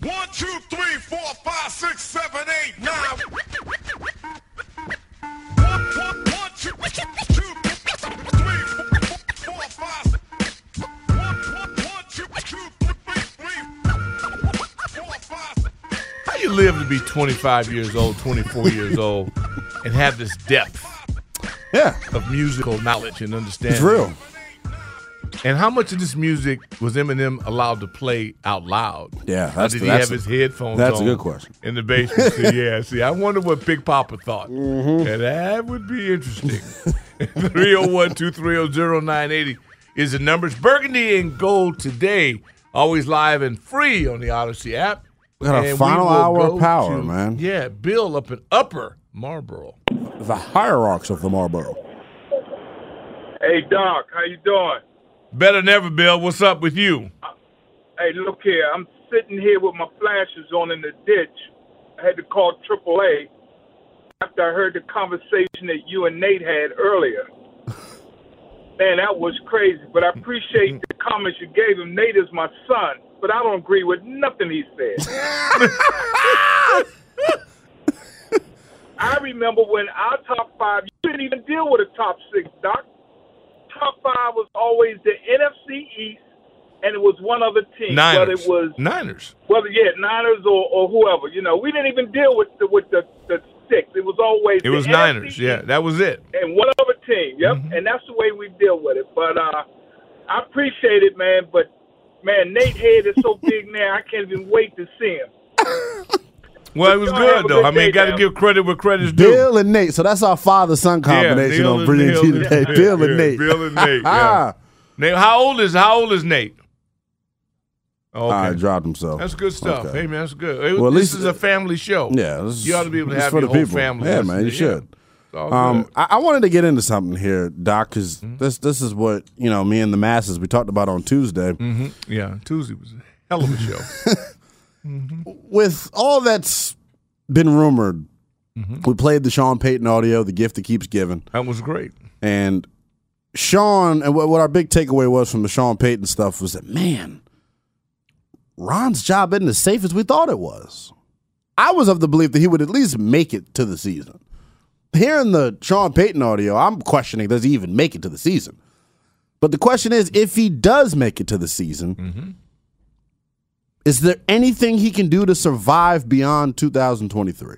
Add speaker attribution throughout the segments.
Speaker 1: One, two, three, four, five, six, seven, eight, nine. One, one, one, two, two, three, four, four, five, six. One, one, one, two, two, three, three, four, five, six.
Speaker 2: How you live to be 25 years old, 24 years old, and have this depth
Speaker 3: Yeah,
Speaker 2: of musical knowledge and understanding?
Speaker 3: it's real.
Speaker 2: And how much of this music was Eminem allowed to play out loud?
Speaker 3: Yeah,
Speaker 2: Or
Speaker 3: that's-
Speaker 2: did he
Speaker 3: that's-
Speaker 2: have his headphones?
Speaker 3: that's a
Speaker 2: on
Speaker 3: good question.
Speaker 2: In the basement, See, yeah. See, I wonder what Big Papa thought.
Speaker 3: Mm-hmm.
Speaker 2: Yeah, that would be interesting. 301-230-0980 is the numbers. Burgundy and Gold today, always live and free on the Odyssey app.
Speaker 3: We got our
Speaker 2: And
Speaker 3: final
Speaker 2: will
Speaker 3: hour
Speaker 2: go
Speaker 3: of power, man.
Speaker 2: Yeah, Bill up in Upper Marlboro.
Speaker 3: The hierarchs of the Marlboro.
Speaker 4: Hey Doc, how you doing?
Speaker 2: Better than ever, Bill. What's up with you?
Speaker 4: Hey, look here. I'm sitting here with my flashes on in the ditch. I had to call AAA after I heard the conversation that you and Nate had earlier. Man, that was crazy. But I appreciate the comments you gave him. Nate is my son, but I don't agree with nothing he said. I remember when our top five, you didn't even deal with a top six, Doc. Top five was always the NFC East, and it was one other team. But
Speaker 2: Niners.
Speaker 4: it was
Speaker 2: Niners.
Speaker 4: whether yeah, Niners or, or whoever. You know, we didn't even deal with the with the, the six. It was always
Speaker 2: It
Speaker 4: the
Speaker 2: was
Speaker 4: NFC
Speaker 2: Niners. Mm-hmm. Yeah, that was it.
Speaker 4: and one other team. Yep, and that's the way we deal with it. But uh, I appreciate it, man. But man, Nate head is so big now. I can't even wait to see him.
Speaker 2: Well, it was
Speaker 4: Y'all have
Speaker 2: good
Speaker 4: a
Speaker 2: though.
Speaker 4: good
Speaker 2: I mean,
Speaker 4: day,
Speaker 2: got to
Speaker 4: man.
Speaker 2: give credit where credit's due.
Speaker 3: Bill and Nate. So that's our father son combination
Speaker 2: Bill
Speaker 3: on
Speaker 2: and-
Speaker 3: Brilliant
Speaker 2: Bill
Speaker 3: Tea
Speaker 2: and-
Speaker 3: today.
Speaker 2: yeah,
Speaker 3: Bill and
Speaker 2: yeah,
Speaker 3: Nate.
Speaker 2: Bill and Nate, yeah.
Speaker 3: Ah.
Speaker 2: Nate, how old is how old is Nate?
Speaker 3: All
Speaker 2: Okay,
Speaker 3: right, dropped himself.
Speaker 2: that's good stuff.
Speaker 3: Okay.
Speaker 2: Hey man, that's good. It-
Speaker 3: Well, at
Speaker 2: this
Speaker 3: least-
Speaker 2: is a family show.
Speaker 3: Yeah, this is-
Speaker 2: you ought to be able to
Speaker 3: this is
Speaker 2: have
Speaker 3: for
Speaker 2: your
Speaker 3: the
Speaker 2: whole
Speaker 3: people.
Speaker 2: family.
Speaker 3: Yeah, man, you
Speaker 2: listening. Yeah.
Speaker 3: should.
Speaker 2: It's all
Speaker 3: Um,
Speaker 2: good. Mm-hmm.
Speaker 3: I, I wanted to get into something here, Doc, because this this is what you know me and the masses we talked about on Tuesday.
Speaker 2: yeah, Tuesday was a hell of a show.
Speaker 3: With all that's been rumored,
Speaker 2: Mm-hmm.
Speaker 3: we played the Sean Payton audio, "The Gift That Keeps Giving,"
Speaker 2: that was great.
Speaker 3: and Sean and what, what our big takeaway was from the Sean Payton stuff was that man, Ron's job isn't as safe as we thought it was. I was of the belief that he would at least make it to the season. Hearing the Sean Payton audio, I'm questioning does he even make it to the season? But the question is, if he does make it to the season, is there anything he can do to survive beyond 2023?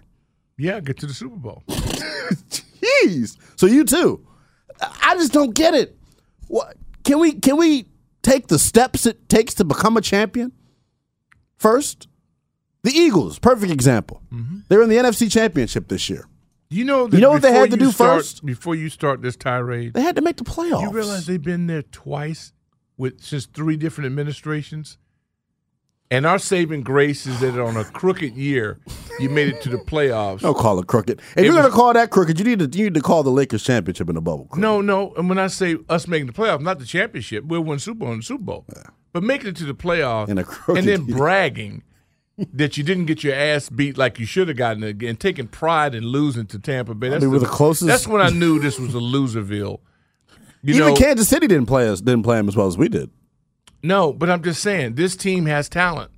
Speaker 2: Yeah, get to the Super Bowl.
Speaker 3: Jeez. So you too. I just don't get it. What can we can we take the steps it takes to become a champion? First, the Eagles, perfect example. They're in the NFC Championship this year.
Speaker 2: Mm-hmm. You know,
Speaker 3: You know what they had
Speaker 2: before
Speaker 3: to
Speaker 2: you
Speaker 3: do
Speaker 2: start-
Speaker 3: first?
Speaker 2: before you start this tirade.
Speaker 3: They had to make the playoffs.
Speaker 2: You realize they've been there twice with since three different administrations. And our saving grace is that on a crooked year, you made it to the playoffs.
Speaker 3: don't call it crooked. If
Speaker 2: It
Speaker 3: you're
Speaker 2: was-
Speaker 3: gonna call that crooked, you need to you need to call the Lakers championship in the bubble. crooked.
Speaker 2: No, no. And when I say us making the playoffs, not the championship, we'll win Super Bowl in the Super Bowl. But making it to the playoffs
Speaker 3: In a crooked
Speaker 2: and then
Speaker 3: year.
Speaker 2: bragging that you didn't get your ass beat like you should have gotten it and taking pride in losing to Tampa Bay. That's
Speaker 3: mean, we're the closest-
Speaker 2: That's when I knew this was a loserville. You
Speaker 3: Even
Speaker 2: know,
Speaker 3: Kansas City didn't play us didn't play them as well as we did.
Speaker 2: no, but I'm just saying this team has talent.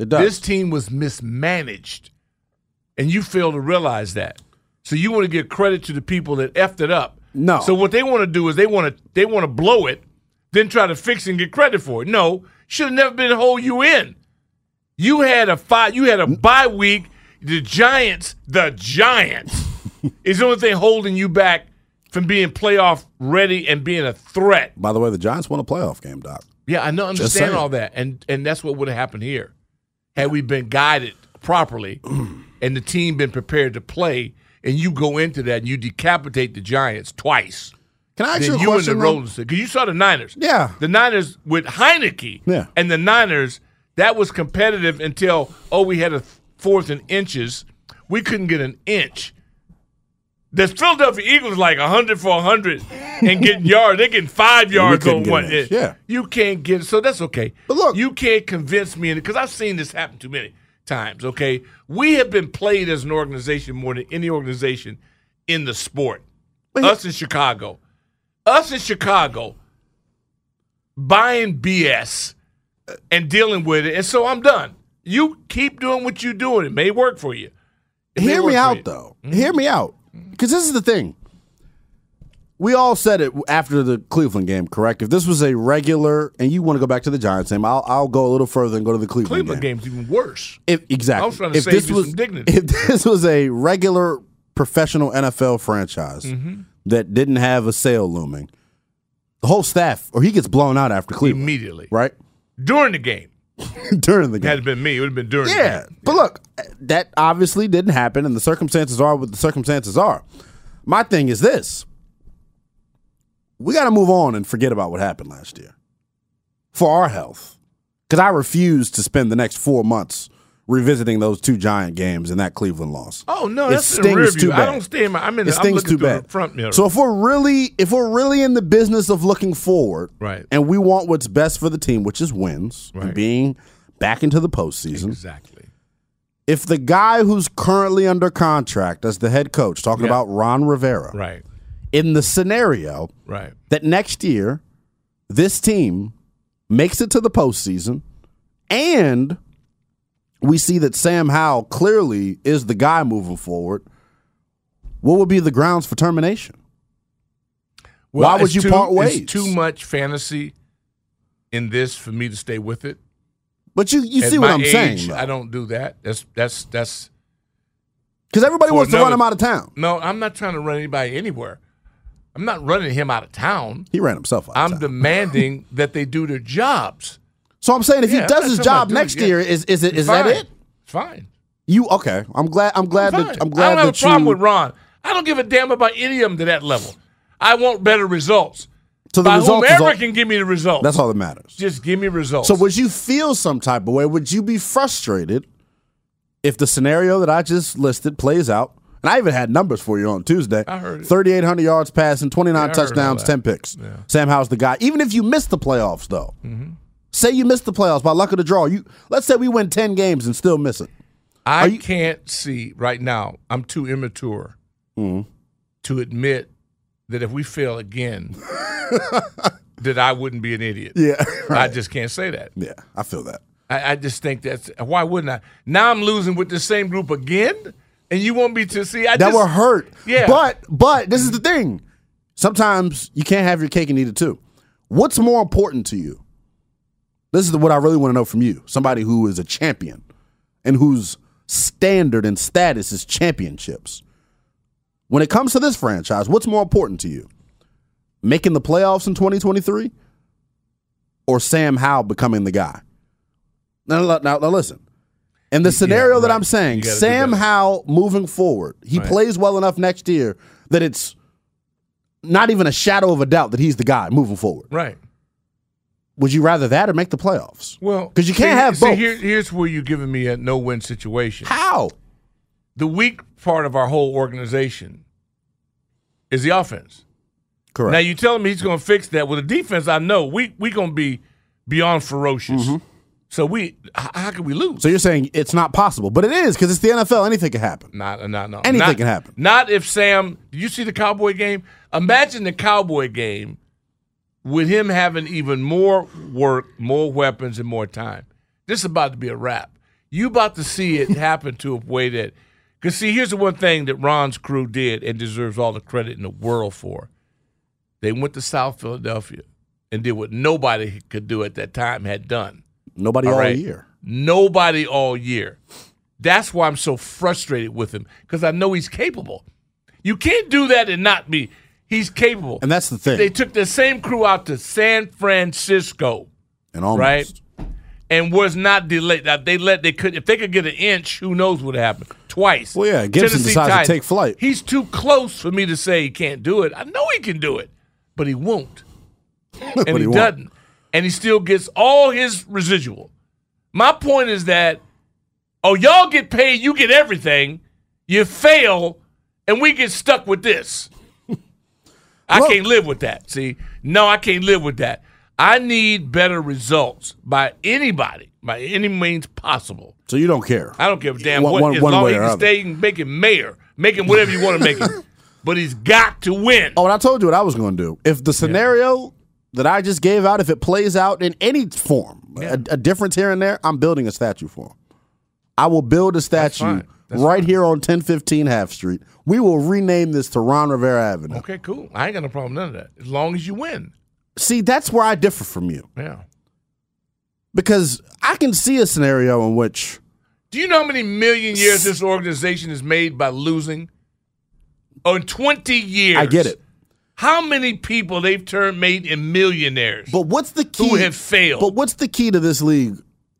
Speaker 3: It does.
Speaker 2: This team was mismanaged, and you fail to realize that. So you want to give credit to the people that effed it up.
Speaker 3: No.
Speaker 2: So what they want to do is they want to they want to blow it, then try to fix and get credit for it. No, should have never been hole you in. You had a five. You had a
Speaker 3: Mm.
Speaker 2: bye week. The Giants, the Giants, is the only thing holding you back from being playoff ready and being a threat.
Speaker 3: By the way, the Giants won a playoff game, Doc.
Speaker 2: Yeah, I know. Understand
Speaker 3: saying.
Speaker 2: all that, and and that's what would have happened here, had we been guided properly, and the team been prepared to play. And you go into that, and you decapitate the Giants twice.
Speaker 3: Can I ask you
Speaker 2: Then
Speaker 3: a
Speaker 2: you and the
Speaker 3: question? though?
Speaker 2: Rollins because you saw the Niners.
Speaker 3: Yeah.
Speaker 2: the Niners with Heineke.
Speaker 3: Yeah.
Speaker 2: and the Niners that was competitive until oh we had a th- fourth in inches, we couldn't get an inch. The Philadelphia Eagles like hundred for hundred and getting yards. They're getting five yards
Speaker 3: couldn't
Speaker 2: on
Speaker 3: get
Speaker 2: one.
Speaker 3: an inch,
Speaker 2: in.
Speaker 3: yeah.
Speaker 2: you can't get so that's okay.
Speaker 3: But look-
Speaker 2: you can't convince me because I've seen this happen too many times. Okay, we have been played as an organization more than any organization in the sport. Us in Chicago, us in Chicago buying BS and dealing with it. And so I'm done. You keep doing what you're doing. It may work for you. It may
Speaker 3: Hear
Speaker 2: work
Speaker 3: me
Speaker 2: for
Speaker 3: out,
Speaker 2: you.
Speaker 3: though. Hear me out.
Speaker 2: Mm-hmm.
Speaker 3: Because this is the thing. We all said it after the Cleveland game, correct? If this was a regular, and you want to go back to the Giants game, I'll, I'll go a little further and go to the Cleveland,
Speaker 2: Cleveland
Speaker 3: game.
Speaker 2: game's even worse.
Speaker 3: If, exactly.
Speaker 2: I was trying to
Speaker 3: if
Speaker 2: save
Speaker 3: this
Speaker 2: you
Speaker 3: was,
Speaker 2: some dignity.
Speaker 3: If this was a regular professional NFL franchise
Speaker 2: Mm-hmm.
Speaker 3: that didn't have a sale looming, the whole staff, or he gets blown out after Cleveland.
Speaker 2: Immediately.
Speaker 3: Right?
Speaker 2: During the game.
Speaker 3: During the game.
Speaker 2: Had it been me, it would have been during
Speaker 3: Yeah,
Speaker 2: the game.
Speaker 3: but look, that obviously didn't happen, and the circumstances are what the circumstances are. My thing is this: we got to move on and forget about what happened last year for our health, because I refuse to spend the next four months revisiting those two giant games and that Cleveland loss.
Speaker 2: Oh no,
Speaker 3: It
Speaker 2: that's in the rear
Speaker 3: stings too
Speaker 2: view. I
Speaker 3: bad.
Speaker 2: don't stay in my I'm in
Speaker 3: it
Speaker 2: the, I'm
Speaker 3: stings
Speaker 2: looking
Speaker 3: too
Speaker 2: through
Speaker 3: bad.
Speaker 2: the front mirror.
Speaker 3: So if we're really, if we're really in the business of looking forward,
Speaker 2: Right.
Speaker 3: and we want what's best for the team, which is wins and
Speaker 2: Right.
Speaker 3: being back into the postseason,
Speaker 2: exactly.
Speaker 3: if the guy who's currently under contract as the head coach, talking
Speaker 2: Yeah.
Speaker 3: about Ron Rivera,
Speaker 2: Right.
Speaker 3: in the scenario
Speaker 2: Right.
Speaker 3: that next year this team makes it to the postseason and we see that Sam Howell clearly is the guy moving forward, what would be the grounds for termination? Why would
Speaker 2: it's
Speaker 3: you
Speaker 2: too,
Speaker 3: part
Speaker 2: it's
Speaker 3: ways?
Speaker 2: too much fantasy in this for me to stay with it.
Speaker 3: But you, you
Speaker 2: At
Speaker 3: see what
Speaker 2: my
Speaker 3: I'm
Speaker 2: age,
Speaker 3: saying.
Speaker 2: I don't do that. That's that's that's
Speaker 3: Because everybody
Speaker 2: For
Speaker 3: wants to run
Speaker 2: another-
Speaker 3: him out of town.
Speaker 2: no, I'm not trying to run anybody anywhere. I'm not running him out of town.
Speaker 3: He ran himself out of
Speaker 2: I'm
Speaker 3: town.
Speaker 2: demanding that they do their jobs.
Speaker 3: so I'm saying if
Speaker 2: Yeah,
Speaker 3: he
Speaker 2: I'm
Speaker 3: does
Speaker 2: not
Speaker 3: his
Speaker 2: talking about
Speaker 3: job
Speaker 2: doing
Speaker 3: next
Speaker 2: it, yeah.
Speaker 3: year, is, is, it, is
Speaker 2: Fine.
Speaker 3: that it?
Speaker 2: Fine.
Speaker 3: You okay? I'm glad. I'm glad
Speaker 2: Fine.
Speaker 3: that I'm glad
Speaker 2: I don't have
Speaker 3: that
Speaker 2: a problem
Speaker 3: you.
Speaker 2: with Ron. I don't give a damn about any of them to that level. I want better results.
Speaker 3: so the
Speaker 2: By
Speaker 3: result is
Speaker 2: whomever
Speaker 3: all,
Speaker 2: can give me the results.
Speaker 3: that's all that matters.
Speaker 2: Just give me results.
Speaker 3: So would you feel some type of way? Would you be frustrated if the scenario that I just listed plays out? And I even had numbers for you on Tuesday.
Speaker 2: I heard it.
Speaker 3: 3,800 yards passing, 29
Speaker 2: Yeah, I heard all
Speaker 3: touchdowns,
Speaker 2: that.
Speaker 3: 10 picks. Sam Howell's the guy. Even if you miss the playoffs, though,
Speaker 2: Mm-hmm.
Speaker 3: say you miss the playoffs by luck of the draw. You let's say we win 10 games and still miss it.
Speaker 2: I
Speaker 3: you-
Speaker 2: can't see right now. I'm too immature
Speaker 3: Mm-hmm.
Speaker 2: to admit that if we fail again, that I wouldn't be an idiot.
Speaker 3: Yeah,
Speaker 2: I just can't say that.
Speaker 3: yeah, I feel that.
Speaker 2: I, I just think that's why wouldn't I? Now I'm losing with the same group again, and you want me to see? I
Speaker 3: that
Speaker 2: just,
Speaker 3: were hurt.
Speaker 2: Yeah.
Speaker 3: But but this is the thing. Sometimes you can't have your cake and eat it too. What's more important to you? This is what I really want to know from you. Somebody who is a champion and whose standard and status is championships. When it comes to this franchise, what's more important to you? Making the playoffs in 2023 or Sam Howell becoming the guy? Now, now, now listen. In the scenario that
Speaker 2: right.
Speaker 3: I'm saying,
Speaker 2: You gotta do
Speaker 3: Sam
Speaker 2: better.
Speaker 3: Howell moving forward, he plays well enough next year that it's not even a shadow of a doubt that he's the guy moving forward.
Speaker 2: Right.
Speaker 3: Would you rather that or make the playoffs?
Speaker 2: Well,
Speaker 3: 'Cause you can't
Speaker 2: Oh, see-
Speaker 3: have
Speaker 2: see,
Speaker 3: both.
Speaker 2: here- here's where you're giving me a no-win situation.
Speaker 3: How?
Speaker 2: The weak part of our whole organization is the offense.
Speaker 3: Correct.
Speaker 2: Now you're telling me he's going to fix that with a defense. I know we we going to be beyond ferocious.
Speaker 3: Mm-hmm.
Speaker 2: So we how, how can we lose?
Speaker 3: so you're saying it's not possible, but it is because it's the NFL. Anything can happen.
Speaker 2: Not, not, not,
Speaker 3: Anything
Speaker 2: not-
Speaker 3: can happen.
Speaker 2: Not if Sam. Do you see the Cowboy game? Imagine the Cowboy game with him having even more work, more weapons, and more time. This is about to be a wrap. You about to see it happen to a way that. Because see, here's the one thing that Ron's crew did and deserves all the credit in the world for. They went to South Philadelphia and did what nobody could do at that time had done.
Speaker 3: Nobody all,
Speaker 2: All right.
Speaker 3: year.
Speaker 2: nobody all year. That's why I'm so frustrated with him because I know he's capable. You can't do that and not be. He's capable.
Speaker 3: And that's the thing.
Speaker 2: they took the same crew out to San Francisco
Speaker 3: and almost.
Speaker 2: right? and was not delayed. Now, they let they could if they could get an inch, who knows what happened twice.
Speaker 3: Well, yeah, Gibson decides to take flight.
Speaker 2: He's too close for me to say he can't do it. I know he can do it, but he won't, and
Speaker 3: But
Speaker 2: he,
Speaker 3: he won't.
Speaker 2: doesn't, and he still gets all his residual. My point is that oh, y'all get paid, you get everything, you fail, and we get stuck with this. I
Speaker 3: Well-
Speaker 2: can't live with that. See, no, I can't live with that. I need better results by anybody, by any means possible.
Speaker 3: So you don't care.
Speaker 2: I don't give a damn
Speaker 3: One-
Speaker 2: what.
Speaker 3: one-
Speaker 2: as
Speaker 3: one
Speaker 2: long
Speaker 3: way
Speaker 2: as you
Speaker 3: or
Speaker 2: can
Speaker 3: other.
Speaker 2: stay and make him mayor, make him whatever you want to make him. But he's got to win.
Speaker 3: Oh, and I told you what I was going to do. If the scenario that I just gave out, if it plays out in any form, a, a difference here and there, I'm building a statue for him. I will build a statue
Speaker 2: fine. That's
Speaker 3: right here on 1015 Half Street. We will rename this to Ron Rivera Avenue.
Speaker 2: Okay, cool. I ain't got no problem with none of that. As long as you win.
Speaker 3: See, that's where I differ from you
Speaker 2: Yeah.
Speaker 3: because I can see a scenario in which
Speaker 2: Do you know how many million years this organization has made by losing? Oh, in 20 years.
Speaker 3: I get it.
Speaker 2: How many people they've turned made in millionaires?
Speaker 3: But what's the key?
Speaker 2: Who have failed.
Speaker 3: But what's the key to this league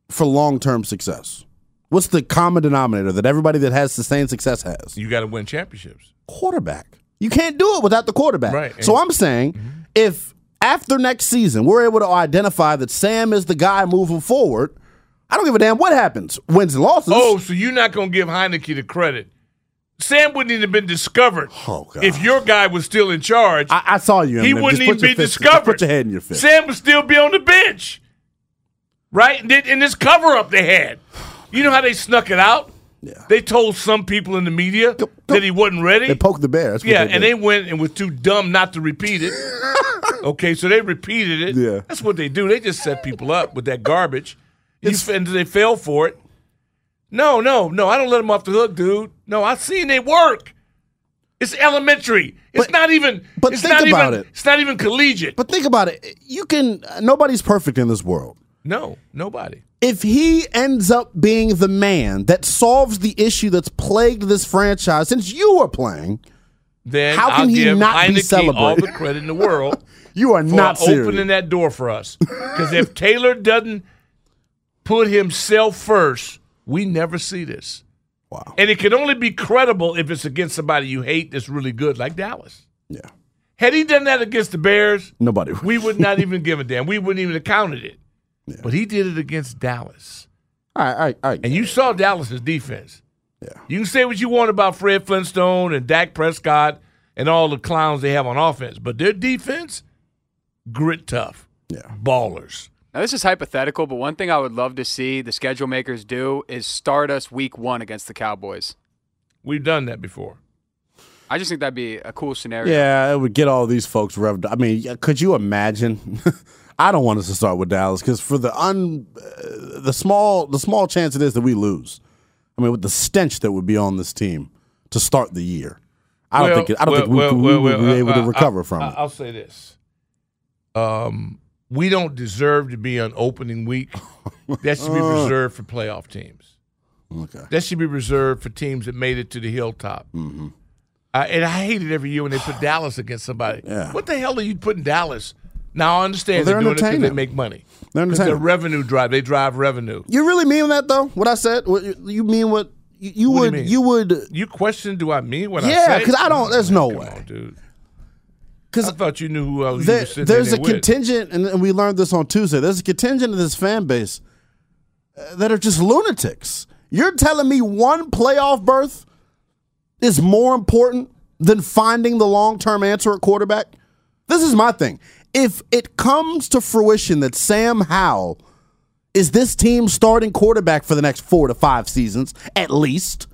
Speaker 3: for long term success? What's the common denominator that everybody that has sustained success has?
Speaker 2: you got to win championships.
Speaker 3: quarterback. You can't do it without the quarterback.
Speaker 2: Right. Mhm.
Speaker 3: So I'm saying if after next season we're able to identify that Sam is the guy moving forward, I don't give a damn what happens. Wins and losses.
Speaker 2: Oh, so you're not going to give Heineke the credit. Sam wouldn't even have been discovered
Speaker 3: Oh, God.
Speaker 2: if your guy was still in charge.
Speaker 3: I, I saw you.
Speaker 2: he
Speaker 3: Eminem.
Speaker 2: wouldn't
Speaker 3: Just put
Speaker 2: even be
Speaker 3: your fist- just
Speaker 2: discovered.
Speaker 3: Put your head in your fist.
Speaker 2: Sam would still be on the bench, right? And, th- and this cover up they had. You know how they snuck it out?
Speaker 3: Yeah.
Speaker 2: They told some people in the media
Speaker 3: go-
Speaker 2: that he wasn't ready.
Speaker 3: They poked the bear. That's what
Speaker 2: yeah,
Speaker 3: they
Speaker 2: and they
Speaker 3: did.
Speaker 2: went and was too dumb not to repeat it. okay, so they repeated it.
Speaker 3: Yeah.
Speaker 2: that's what they do. They just set people up with that garbage, you, f- and they fell for it. No, no, no! I don't let them off the hook, dude. No, I've seen they work. It's elementary. It's
Speaker 3: But-
Speaker 2: not even.
Speaker 3: but
Speaker 2: it's
Speaker 3: think
Speaker 2: not
Speaker 3: about
Speaker 2: even,
Speaker 3: it.
Speaker 2: It's not even collegiate.
Speaker 3: But think about it. You can. Nobody's perfect in this world.
Speaker 2: no, nobody.
Speaker 3: if he ends up being the man that solves the issue that's plagued this franchise since you were playing,
Speaker 2: Then
Speaker 3: How can
Speaker 2: I'll
Speaker 3: he
Speaker 2: give
Speaker 3: not be
Speaker 2: Heineke all
Speaker 3: celebrated?
Speaker 2: the credit in the world
Speaker 3: you are
Speaker 2: for
Speaker 3: not serious.
Speaker 2: opening that door for us. Because if Taylor doesn't put himself first, we never see this.
Speaker 3: Wow.
Speaker 2: And it can only be credible if it's against somebody you hate that's really good, like Dallas.
Speaker 3: Yeah.
Speaker 2: Had he done that against the Bears,
Speaker 3: Nobody.
Speaker 2: we would not even give a damn. We wouldn't even have counted it. But he did it against Dallas.
Speaker 3: all right. All right. All right.
Speaker 2: And you saw Dallas's defense.
Speaker 3: Yeah.
Speaker 2: You can say what you want about Fred Flintstone and Dak Prescott and all the clowns they have on offense, but their defense, grit tough.
Speaker 3: Yeah.
Speaker 2: Ballers.
Speaker 5: Now, this is hypothetical, but one thing I would love to see the schedule makers do is start us week one against the Cowboys.
Speaker 2: We've done that before.
Speaker 5: I just think that'd be a cool scenario.
Speaker 3: Yeah, it would get all these folks revved. up. I mean, yeah, could you imagine? I don't want us to start with Dallas because for the un, uh, the small, the small chance it is that we lose. I mean, with the stench that would be on this team to start the year, I don't
Speaker 2: Well,
Speaker 3: think it, I don't
Speaker 2: well,
Speaker 3: think we,
Speaker 2: well,
Speaker 3: we
Speaker 2: well,
Speaker 3: would
Speaker 2: well,
Speaker 3: be able
Speaker 2: uh,
Speaker 3: to
Speaker 2: uh,
Speaker 3: recover
Speaker 2: I-
Speaker 3: from
Speaker 2: I-
Speaker 3: it.
Speaker 2: I'll say this. Um, we don't deserve to be on opening week. That should be reserved for playoff teams.
Speaker 3: Uh. Okay,
Speaker 2: That should be reserved for teams that made it to the hilltop. Mm-hmm. and I hate it every year when they put Dallas against somebody.
Speaker 3: Yeah.
Speaker 2: What the hell are you putting Dallas? Now I understand
Speaker 3: Well,
Speaker 2: they're, doing
Speaker 3: they're
Speaker 2: it because they
Speaker 3: entertaining.
Speaker 2: make money.
Speaker 3: They're
Speaker 2: 'Cause they're
Speaker 3: entertaining.
Speaker 2: revenue drive. They drive revenue.
Speaker 3: you really mean that though? What I said? What, you- you mean what? You, you
Speaker 2: What do you
Speaker 3: would
Speaker 2: mean?
Speaker 3: you would
Speaker 2: You question? Do I mean what I Oh
Speaker 3: Yeah,
Speaker 2: say?
Speaker 3: 'cause I don't- there's no
Speaker 2: Come
Speaker 3: way.
Speaker 2: on, dude. I
Speaker 3: because
Speaker 2: thought you knew who I was. you
Speaker 3: there,
Speaker 2: were sitting
Speaker 3: there's
Speaker 2: in
Speaker 3: a
Speaker 2: there with.
Speaker 3: contingent, and, and we learned this on Tuesday. There's a contingent of this fan base uh, that are just lunatics. You're telling me one playoff berth is more important than finding the long term answer at quarterback? This is my thing. If it comes to fruition that Sam Howell is this team's starting quarterback for the next four to five seasons, at least,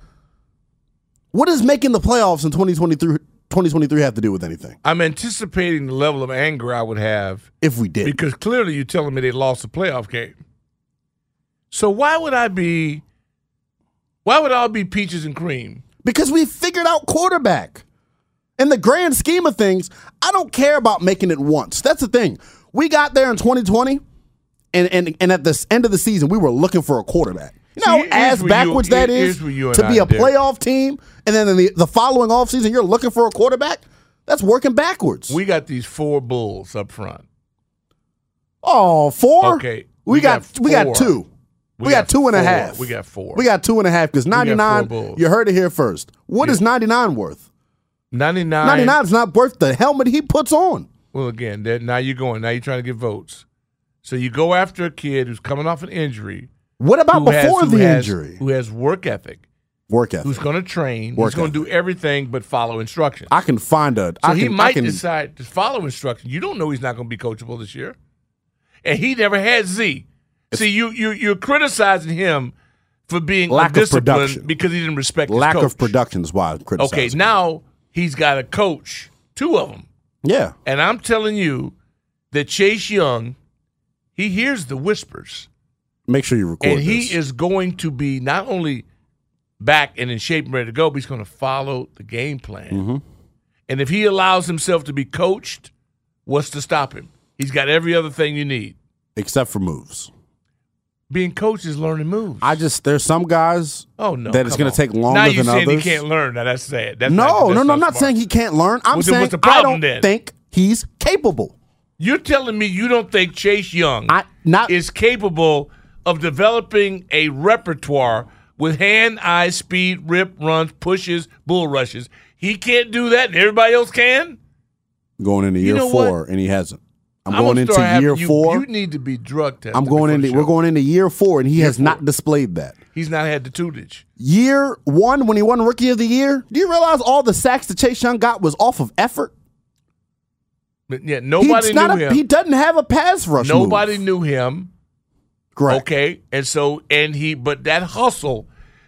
Speaker 3: what does making the playoffs in 2023, 2023 have to do with anything?
Speaker 2: I'm anticipating the level of anger I would have
Speaker 3: If we did.
Speaker 2: because clearly you're telling me they lost a playoff game. So why would I be? Why would I be peaches and cream?
Speaker 3: because we figured out quarterback. In the grand scheme of things, I don't care about making it once. That's the thing. We got there in 2020 and, and and at the end of the season, we were looking for a quarterback. You
Speaker 2: See,
Speaker 3: know,
Speaker 2: here's
Speaker 3: as
Speaker 2: where you-
Speaker 3: backwards that
Speaker 2: here-
Speaker 3: is
Speaker 2: here's where you and
Speaker 3: to be
Speaker 2: I
Speaker 3: a
Speaker 2: differ.
Speaker 3: playoff team, and then in the, the following offseason, you're looking for a quarterback. That's working backwards.
Speaker 2: We got these four bulls up front.
Speaker 3: oh, four.
Speaker 2: Okay,
Speaker 3: we,
Speaker 2: we
Speaker 3: got,
Speaker 2: got
Speaker 3: we got
Speaker 2: four.
Speaker 3: two. We, got, two and a
Speaker 2: four.
Speaker 3: half.
Speaker 2: We got four.
Speaker 3: We got two and a half because
Speaker 2: got four
Speaker 3: 99.
Speaker 2: balls.
Speaker 3: You heard it here first. What is 99 worth?
Speaker 2: 99.
Speaker 3: 99 is not worth the helmet he puts on.
Speaker 2: Well, again, that, now you're going. Now you're trying to get votes. So you go after a kid who's coming off an injury.
Speaker 3: What about
Speaker 2: who has-
Speaker 3: before
Speaker 2: who
Speaker 3: the
Speaker 2: has-
Speaker 3: injury?
Speaker 2: Who has work ethic.
Speaker 3: Work ethic.
Speaker 2: Who's going to train.
Speaker 3: Work
Speaker 2: who's going to
Speaker 3: ethic.
Speaker 2: do everything but follow instructions.
Speaker 3: I can find a.
Speaker 2: So
Speaker 3: I can,
Speaker 2: he
Speaker 3: I
Speaker 2: might
Speaker 3: can-
Speaker 2: decide to follow instruction. You don't know he's not going to be coachable this year, and he never had Z. See, you you you're criticizing him for being
Speaker 3: Lack of
Speaker 2: undisciplined
Speaker 3: production.
Speaker 2: because he didn't respect his
Speaker 3: lack of
Speaker 2: coach.
Speaker 3: production is why I'm criticizing.
Speaker 2: Okay, now he's got a coach, two of them,
Speaker 3: yeah,
Speaker 2: and I'm telling you that Chase Young, he hears the whispers,
Speaker 3: make sure you record.
Speaker 2: and he
Speaker 3: this.
Speaker 2: is going to be not only back and in shape and ready to go, but he's going to follow the game plan.
Speaker 3: Mm-hmm.
Speaker 2: And if he allows himself to be coached, what's to stop him? He's got every other thing you need.
Speaker 3: except for moves.
Speaker 2: Being coached is learning moves.
Speaker 3: I just there's some guys.
Speaker 2: oh no,
Speaker 3: that it's
Speaker 2: come
Speaker 3: gonna
Speaker 2: on.
Speaker 3: take longer
Speaker 2: Now you're
Speaker 3: than
Speaker 2: saying
Speaker 3: others?
Speaker 2: he can't learn. Now that's sad. That's not-
Speaker 3: no,
Speaker 2: that's
Speaker 3: no, no. I'm not
Speaker 2: smart.
Speaker 3: saying he can't learn. I'm
Speaker 2: Well, then
Speaker 3: saying
Speaker 2: what's the
Speaker 3: I
Speaker 2: problem
Speaker 3: don't
Speaker 2: then?
Speaker 3: think he's capable.
Speaker 2: You're telling me you don't think Chase Young
Speaker 3: I not
Speaker 2: is capable of developing a repertoire with hand, eye, speed, rip, runs, pushes, bull rushes. He can't do that, and everybody else can.
Speaker 3: going into
Speaker 2: You
Speaker 3: year
Speaker 2: know what?
Speaker 3: four, and he hasn't. I'm,
Speaker 2: I'm
Speaker 3: going
Speaker 2: gonna
Speaker 3: into
Speaker 2: start having-
Speaker 3: year
Speaker 2: you-
Speaker 3: four.
Speaker 2: You need to be drug tested.
Speaker 3: I'm going
Speaker 2: before the
Speaker 3: into. We're
Speaker 2: show.
Speaker 3: going into year four, and he has
Speaker 2: four.
Speaker 3: not displayed that.
Speaker 2: He's not had the tutelage.
Speaker 3: Year one, when he won Rookie of the Year, do you realize all the sacks that Chase Young got was off of effort?
Speaker 2: But yeah,
Speaker 3: He's
Speaker 2: nobody
Speaker 3: not
Speaker 2: knew
Speaker 3: a-
Speaker 2: him.
Speaker 3: He doesn't have a pass rush. move.
Speaker 2: nobody knew him.
Speaker 3: Great.
Speaker 2: Okay, and so and he, but that hustle,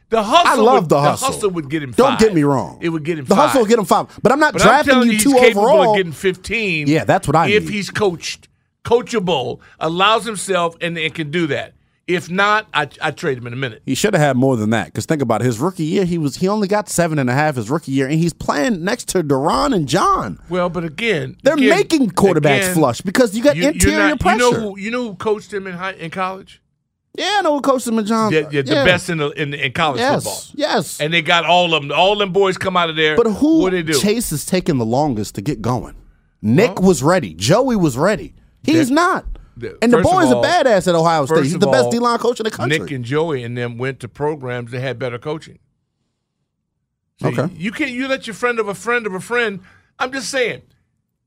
Speaker 2: the hustle.
Speaker 3: I love
Speaker 2: would,
Speaker 3: the hustle.
Speaker 2: would get him.
Speaker 3: Don't
Speaker 2: five.
Speaker 3: get me wrong.
Speaker 2: It would get him.
Speaker 3: The
Speaker 2: five.
Speaker 3: hustle will get him five. But I'm not
Speaker 2: But I'm
Speaker 3: drafting
Speaker 2: telling
Speaker 3: you
Speaker 2: you,
Speaker 3: two
Speaker 2: he's capable
Speaker 3: overall.
Speaker 2: of getting 15.
Speaker 3: Yeah, that's what I
Speaker 2: If
Speaker 3: need.
Speaker 2: he's coached, coachable, allows himself, and, and can do that. If not, I, I trade him in a minute.
Speaker 3: He should have had more than that. Because think about it, his rookie year, he was he only got seven and a half his rookie year, and he's playing next to Duran and John.
Speaker 2: Well, but again,
Speaker 3: They're
Speaker 2: again-
Speaker 3: making quarterbacks
Speaker 2: again,
Speaker 3: flush because you got
Speaker 2: you- you're
Speaker 3: interior
Speaker 2: not-
Speaker 3: pressure.
Speaker 2: You know, who, you know who coached him in high, in college?
Speaker 3: yeah, I know what Coach Sim and John.
Speaker 2: Yeah, yeah, the best in the, in, in college
Speaker 3: Yes,
Speaker 2: football.
Speaker 3: yes.
Speaker 2: And they got all of them. All them boys come out of there.
Speaker 3: but who?
Speaker 2: What they do?
Speaker 3: Chase is taking the longest to get going. Nick was ready. Joey was ready. He's
Speaker 2: That-
Speaker 3: not.
Speaker 2: that-
Speaker 3: And the
Speaker 2: first of
Speaker 3: boy is a
Speaker 2: all-
Speaker 3: badass at Ohio State.
Speaker 2: first
Speaker 3: He's
Speaker 2: of
Speaker 3: the best
Speaker 2: all,
Speaker 3: D line coach in the country.
Speaker 2: Nick and Joey and them went to programs that had better coaching.
Speaker 3: Okay.
Speaker 2: You can't you let your friend of a friend of a friend. I'm just saying,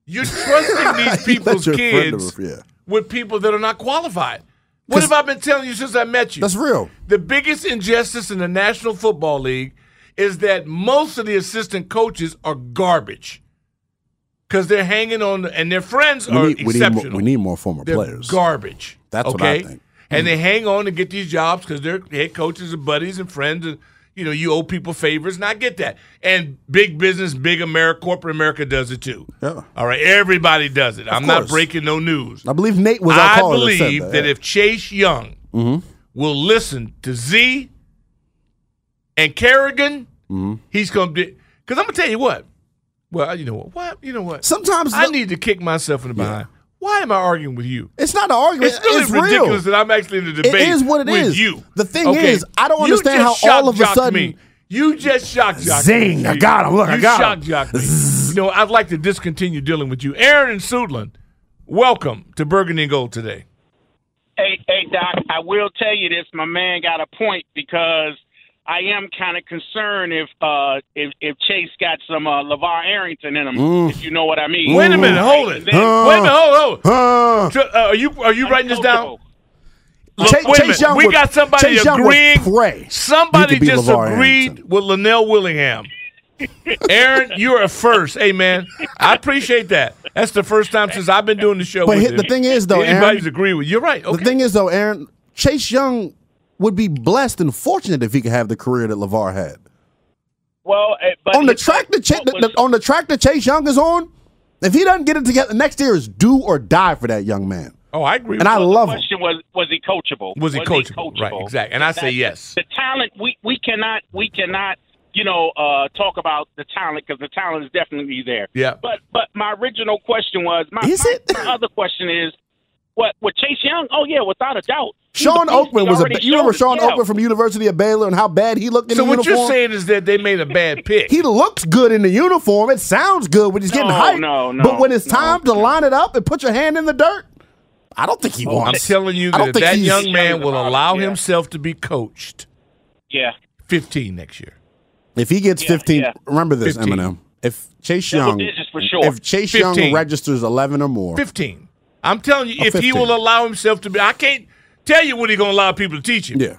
Speaker 2: you're trusting these
Speaker 3: You let
Speaker 2: people's
Speaker 3: your friend
Speaker 2: kids
Speaker 3: of a- yeah.
Speaker 2: with people that are not qualified. What
Speaker 3: 'Cause-
Speaker 2: have I been telling you since I met you?
Speaker 3: That's real.
Speaker 2: The biggest injustice in the National Football League is that most of the assistant coaches are garbage because they're hanging on, and their friends
Speaker 3: We
Speaker 2: are
Speaker 3: need, we, need
Speaker 2: exceptional.
Speaker 3: more, we need more former
Speaker 2: They're
Speaker 3: players.
Speaker 2: Garbage.
Speaker 3: That's what I
Speaker 2: okay?
Speaker 3: think. Hmm.
Speaker 2: And they hang on to get these jobs because they're head coaches and buddies and friends. And you know, you owe people favors, and I get that. And big business, big America, corporate America does it too.
Speaker 3: Yeah.
Speaker 2: All right, everybody does it. I'm not
Speaker 3: course.
Speaker 2: breaking no news.
Speaker 3: I believe Nate was our
Speaker 2: I
Speaker 3: caller that said
Speaker 2: believe that,
Speaker 3: that yeah. Mm-hmm.
Speaker 2: if Chase Young will listen to Z and Kerrigan,
Speaker 3: Mm-hmm.
Speaker 2: he's going to be. Because I'm going to tell you what. Well, you know what? What? You know what?
Speaker 3: Sometimes
Speaker 2: I
Speaker 3: the-
Speaker 2: need to kick myself in the behind. Why am I arguing with you?
Speaker 3: It's not an argument.
Speaker 2: It's really
Speaker 3: It's, real.
Speaker 2: ridiculous that I'm actually in the debate.
Speaker 3: It is what it
Speaker 2: with
Speaker 3: is.
Speaker 2: You.
Speaker 3: The thing is, I don't
Speaker 2: You
Speaker 3: understand
Speaker 2: just
Speaker 3: how all
Speaker 2: shock
Speaker 3: of a
Speaker 2: jocked
Speaker 3: sudden-
Speaker 2: me. you just shock jocked
Speaker 3: Zing,
Speaker 2: Me.
Speaker 3: I got him. Look, I
Speaker 2: You
Speaker 3: got
Speaker 2: shock
Speaker 3: him.
Speaker 2: jocked me. You know, I'd like to discontinue dealing with you, Aaron and Suitland. Welcome to Burgundy and Gold today.
Speaker 6: Hey, hey, Doc, I will tell you this. My man got a point because I am kind of concerned if uh, if, if Chase got some uh, LeVar Arrington in him,
Speaker 3: Mm.
Speaker 6: if you know what I mean.
Speaker 2: Wait a minute, hold it.
Speaker 6: And then-
Speaker 2: Wait a minute, hold, hold.
Speaker 3: Uh,
Speaker 2: Tr- uh, are you are you writing this down? Look,
Speaker 3: Chase-
Speaker 2: wait a
Speaker 3: Chase
Speaker 2: minute.
Speaker 3: Young
Speaker 2: we
Speaker 3: would-
Speaker 2: got somebody
Speaker 3: Chase Young would
Speaker 2: agreeing.
Speaker 3: pray he
Speaker 2: Somebody
Speaker 3: could be
Speaker 2: just
Speaker 3: LeVar
Speaker 2: agreed
Speaker 3: Arrington.
Speaker 2: with Linnell Willingham. Aaron, you're a first. Hey, man, I appreciate that. That's the first time since I've been doing the show.
Speaker 3: But
Speaker 2: with
Speaker 3: hit-
Speaker 2: him.
Speaker 3: the thing is, though, Aaron-
Speaker 2: anybody's agree with you. are right.
Speaker 3: The
Speaker 2: Okay.
Speaker 3: thing is, though, Aaron Chase Young would be blessed and fortunate if he could have the career that Levar had.
Speaker 6: Well, eh, but
Speaker 3: on the
Speaker 6: it's-
Speaker 3: track that, Cha-
Speaker 6: what was-
Speaker 3: that- on the track that Chase Young is on, if he doesn't get it together, next year is do or die for that young man.
Speaker 2: oh, I agree.
Speaker 3: And I
Speaker 2: with
Speaker 6: the
Speaker 3: love him.
Speaker 6: question was was he coachable?
Speaker 2: Was he coachable? Right, exactly. And I say
Speaker 6: That-
Speaker 2: yes.
Speaker 6: The talent we we cannot we cannot you know uh, talk about the talent because the talent is definitely there.
Speaker 2: Yeah.
Speaker 6: But but my original question was my,
Speaker 3: Is
Speaker 6: my,
Speaker 3: it?
Speaker 6: my other question is What with Chase Young? Oh yeah, without a doubt. He's
Speaker 3: Sean
Speaker 6: a beast. He
Speaker 3: Oakman was a.
Speaker 6: already
Speaker 3: You remember
Speaker 6: showed
Speaker 3: Sean
Speaker 6: it. Yeah.
Speaker 3: Oakman from University of Baylor and how bad he looked in
Speaker 2: So
Speaker 3: the
Speaker 2: what
Speaker 3: uniform.
Speaker 2: you're saying is that they made a bad pick.
Speaker 3: he looks good in the uniform. It sounds good when he's getting
Speaker 6: No,
Speaker 3: hyped.
Speaker 6: no, no,
Speaker 3: but when it's
Speaker 6: no.
Speaker 3: time to line it up and put your hand in the dirt, I don't think he
Speaker 2: Oh, I'm
Speaker 3: wants.
Speaker 2: telling you
Speaker 3: I don't
Speaker 2: that if
Speaker 3: think
Speaker 2: that
Speaker 3: he's-
Speaker 2: young man will
Speaker 6: Yeah.
Speaker 2: allow himself to be coached
Speaker 6: Yeah.
Speaker 2: 15 next year.
Speaker 3: If he gets
Speaker 6: Yeah,
Speaker 3: 15,
Speaker 6: yeah.
Speaker 3: remember this,
Speaker 2: 15.
Speaker 3: Eminem. If Chase
Speaker 6: Double
Speaker 3: Young,
Speaker 6: digits for sure.
Speaker 3: if Chase
Speaker 2: 15.
Speaker 3: Young registers 11 or more,
Speaker 2: 15. I'm telling you,
Speaker 3: Oh,
Speaker 2: if he
Speaker 3: 15.
Speaker 2: will allow himself to be, I can't tell you what he's going to allow people to teach him.
Speaker 3: yeah,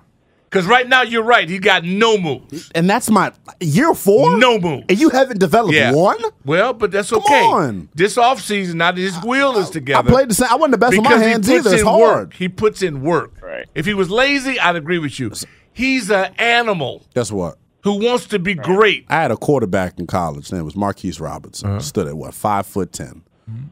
Speaker 2: Because right now, you're right. He got no moves.
Speaker 3: and that's my year four.
Speaker 2: No moves.
Speaker 3: and you haven't developed
Speaker 2: Yeah.
Speaker 3: one.
Speaker 2: Well, but that's
Speaker 3: Come
Speaker 2: okay.
Speaker 3: on.
Speaker 2: This offseason, now that his wheel is
Speaker 3: I
Speaker 2: together.
Speaker 3: played the same. I wasn't the best with my
Speaker 2: because
Speaker 3: hands
Speaker 2: he puts
Speaker 3: either. It's
Speaker 2: in
Speaker 3: hard.
Speaker 2: work. He puts in work.
Speaker 6: Right.
Speaker 2: If he was lazy, I'd agree with you. He's an animal
Speaker 3: Guess what?
Speaker 2: who wants to be great.
Speaker 3: I had a quarterback in college. His name was Marquise Robinson. Stood at what five foot 10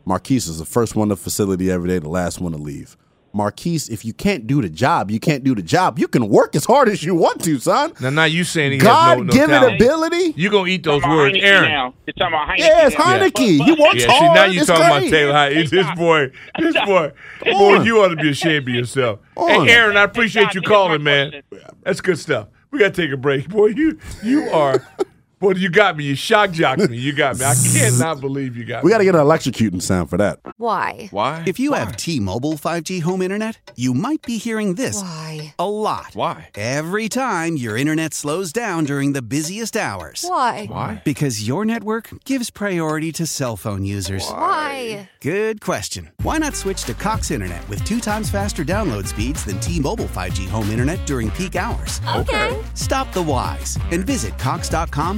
Speaker 3: Marquise is the first one to facility every day, the last one to leave. Marquise, if you can't do the job, you can't do the job. You can work as hard as you want to, son.
Speaker 2: Now, now you saying he has no,
Speaker 3: God
Speaker 2: no
Speaker 3: given
Speaker 2: talent.
Speaker 3: ability.
Speaker 2: You're going to eat those
Speaker 6: Talking about
Speaker 2: words,
Speaker 6: Heineke
Speaker 2: Aaron.
Speaker 6: Now. You're talking about Heineke.
Speaker 3: Yes,
Speaker 6: now.
Speaker 3: Heineke. You
Speaker 2: Yeah,
Speaker 3: work It's
Speaker 2: see, now
Speaker 3: hard.
Speaker 2: you're
Speaker 3: It's
Speaker 2: talking
Speaker 3: great.
Speaker 2: about Taylor Heineke. This boy, this boy, boy,
Speaker 3: on.
Speaker 2: you ought to be ashamed of yourself.
Speaker 3: On.
Speaker 2: Hey, Aaron, I appreciate you
Speaker 6: Here's my
Speaker 2: calling, man. That's good stuff. We got to take a break. Boy, you you are, boy, you got me. You shock jocked me. You got me. I cannot believe you got
Speaker 3: We
Speaker 2: me.
Speaker 3: got to get an electrocuting sound for that.
Speaker 7: Why?
Speaker 8: Why?
Speaker 9: If you have T-Mobile 5G home internet, you might be hearing this
Speaker 7: Why?
Speaker 9: a lot.
Speaker 8: Why?
Speaker 9: Every time your internet slows down during the busiest hours.
Speaker 7: Why?
Speaker 8: Why?
Speaker 9: Because your network gives priority to cell phone users.
Speaker 7: Why?
Speaker 9: Good question. Why not switch to Cox Internet with two times faster download speeds than T-Mobile 5G home internet during peak hours?
Speaker 7: Okay.
Speaker 9: Stop the whys and visit cox.com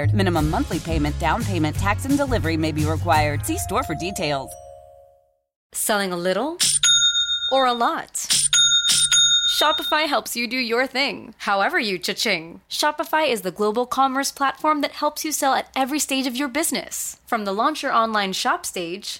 Speaker 10: Minimum monthly payment, down payment, tax, and delivery may be required. See store for details.
Speaker 7: Selling a little or a lot? Shopify helps you do your thing, however you cha-ching. Shopify is the global commerce platform that helps you sell at every stage of your business. From the launch your online shop stage,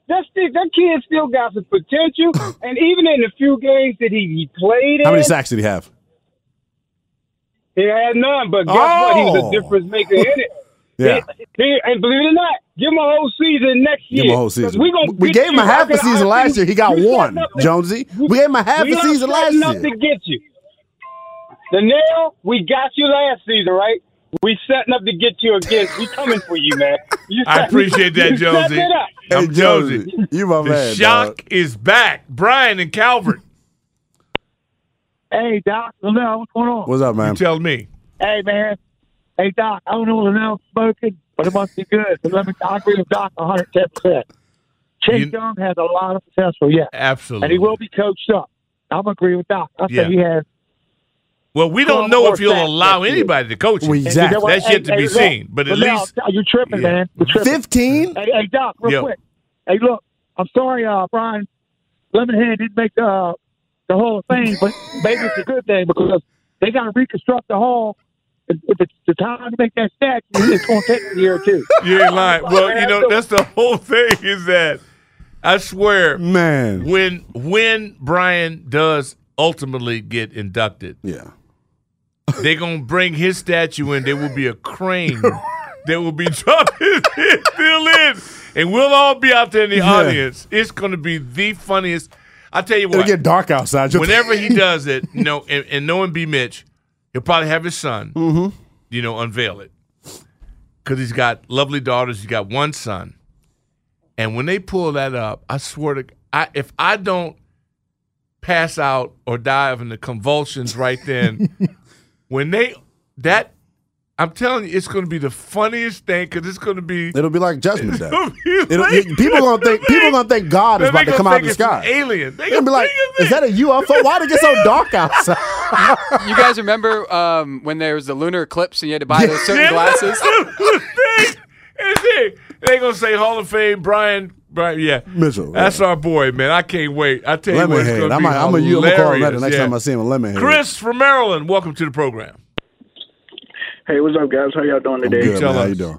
Speaker 11: That, sti- that kid still got some potential, and even in the few games that he, he played in,
Speaker 3: How many sacks did he have?
Speaker 11: he had none. But guess what? He was
Speaker 3: Oh.
Speaker 11: a difference maker in it.
Speaker 3: Yeah.
Speaker 11: He- he- and believe it or not, give him a whole season next year.
Speaker 3: Give him a whole
Speaker 11: 'Cause
Speaker 3: season.
Speaker 11: We, gonna
Speaker 3: we
Speaker 11: get
Speaker 3: gave him a
Speaker 11: you.
Speaker 3: half
Speaker 11: I
Speaker 3: a
Speaker 11: can- I
Speaker 3: season last
Speaker 11: can-
Speaker 3: year. He got
Speaker 11: you
Speaker 3: one,
Speaker 11: setting up-
Speaker 3: Jonesy. We gave him a half
Speaker 11: we
Speaker 3: a
Speaker 11: are
Speaker 3: season last
Speaker 11: setting up
Speaker 3: year.
Speaker 11: to get you. The nail, we got you last season, right? We setting up to get you again. We coming for you, man. You
Speaker 2: I
Speaker 11: setting-
Speaker 2: appreciate that,
Speaker 11: you setting
Speaker 2: Jonesy.
Speaker 11: it up.
Speaker 2: I'm Jonesy.
Speaker 3: You my
Speaker 2: the
Speaker 3: man,
Speaker 2: shock
Speaker 3: dog.
Speaker 2: is back. Brian and Calvert.
Speaker 12: Hey Doc, Linnell, what's going on?
Speaker 3: What's up, man?
Speaker 2: You tell me.
Speaker 12: Hey man, hey Doc, I don't know what Linnell's smoking, but it must be good. So let me, I agree with Doc 110. percent Chase Young has a lot of potential, yeah,
Speaker 2: absolutely,
Speaker 12: and he will be coached up. I'm agree with Doc. I
Speaker 2: Yeah.
Speaker 12: say he has.
Speaker 2: Well, we don't
Speaker 12: Come
Speaker 2: know
Speaker 12: on,
Speaker 2: if you'll
Speaker 12: Zach,
Speaker 2: allow
Speaker 12: that's it.
Speaker 2: anybody to coach him.
Speaker 12: And you know what?
Speaker 2: That's yet
Speaker 12: Hey,
Speaker 2: to
Speaker 12: hey,
Speaker 2: be
Speaker 12: look,
Speaker 2: seen. But at
Speaker 12: Linnell,
Speaker 2: least
Speaker 12: you're tripping,
Speaker 2: Yeah.
Speaker 12: man. You're tripping.
Speaker 3: Fifteen.
Speaker 12: Hey, hey, Doc, real
Speaker 2: Yeah.
Speaker 12: quick. Hey, look, I'm sorry, uh, Brian. Lemonhead didn't make uh, the Hall of Fame, but maybe it's a good thing because they got to reconstruct the hall. If if it's the time to make that statue, it's going to take a year or two.
Speaker 2: you ain't lying. Well, you know that's the whole thing is that I swear,
Speaker 3: man.
Speaker 2: When when Brian does ultimately get inducted,
Speaker 3: yeah,
Speaker 2: they're gonna bring his statue in. There will be a crane that will be dropped still in, and we'll all be out there in the
Speaker 3: Yeah.
Speaker 2: audience. It's gonna be the funniest. I tell you what,
Speaker 3: It'll get dark outside. Just-
Speaker 2: Whenever he does it, you know, and, and knowing B. Mitch, he'll probably have his son,
Speaker 3: Mm-hmm.
Speaker 2: you know, unveil it. Because he's got lovely daughters. He's got one son. And when they pull that up, I swear to I if I don't pass out or die of the convulsions right then, when they, that, I'm telling you, it's going to be the funniest thing because it's going to be.
Speaker 3: it'll be like Judgment Day.
Speaker 2: gonna be
Speaker 3: It'll-
Speaker 2: like-
Speaker 3: you- people gonna think people gonna think God is
Speaker 2: They're
Speaker 3: about to
Speaker 2: gonna
Speaker 3: come out of
Speaker 2: think
Speaker 3: the
Speaker 2: it's an
Speaker 3: sky.
Speaker 2: Alien. They
Speaker 3: They'll be like, "Is that a UFO? Why did it get so dark outside?"
Speaker 5: you guys remember um, when there was the lunar eclipse and you had to buy those certain
Speaker 2: Yeah.
Speaker 5: glasses?
Speaker 2: That's it. They gonna say Hall of Fame Brian. Brian, yeah,
Speaker 3: Mitchell,
Speaker 2: That's our boy, man. I can't wait. I tell you what, it's
Speaker 3: Lemonhead.
Speaker 2: gonna
Speaker 3: I
Speaker 2: be
Speaker 3: might, I'm gonna I'm gonna call him that the
Speaker 2: hilarious,
Speaker 3: next
Speaker 2: yeah.
Speaker 3: time I see him. A Lemonhead.
Speaker 2: Chris from Maryland, welcome to the program.
Speaker 13: Hey, what's up, guys? How y'all doing
Speaker 3: I'm
Speaker 13: today?
Speaker 3: good, man. How you doing?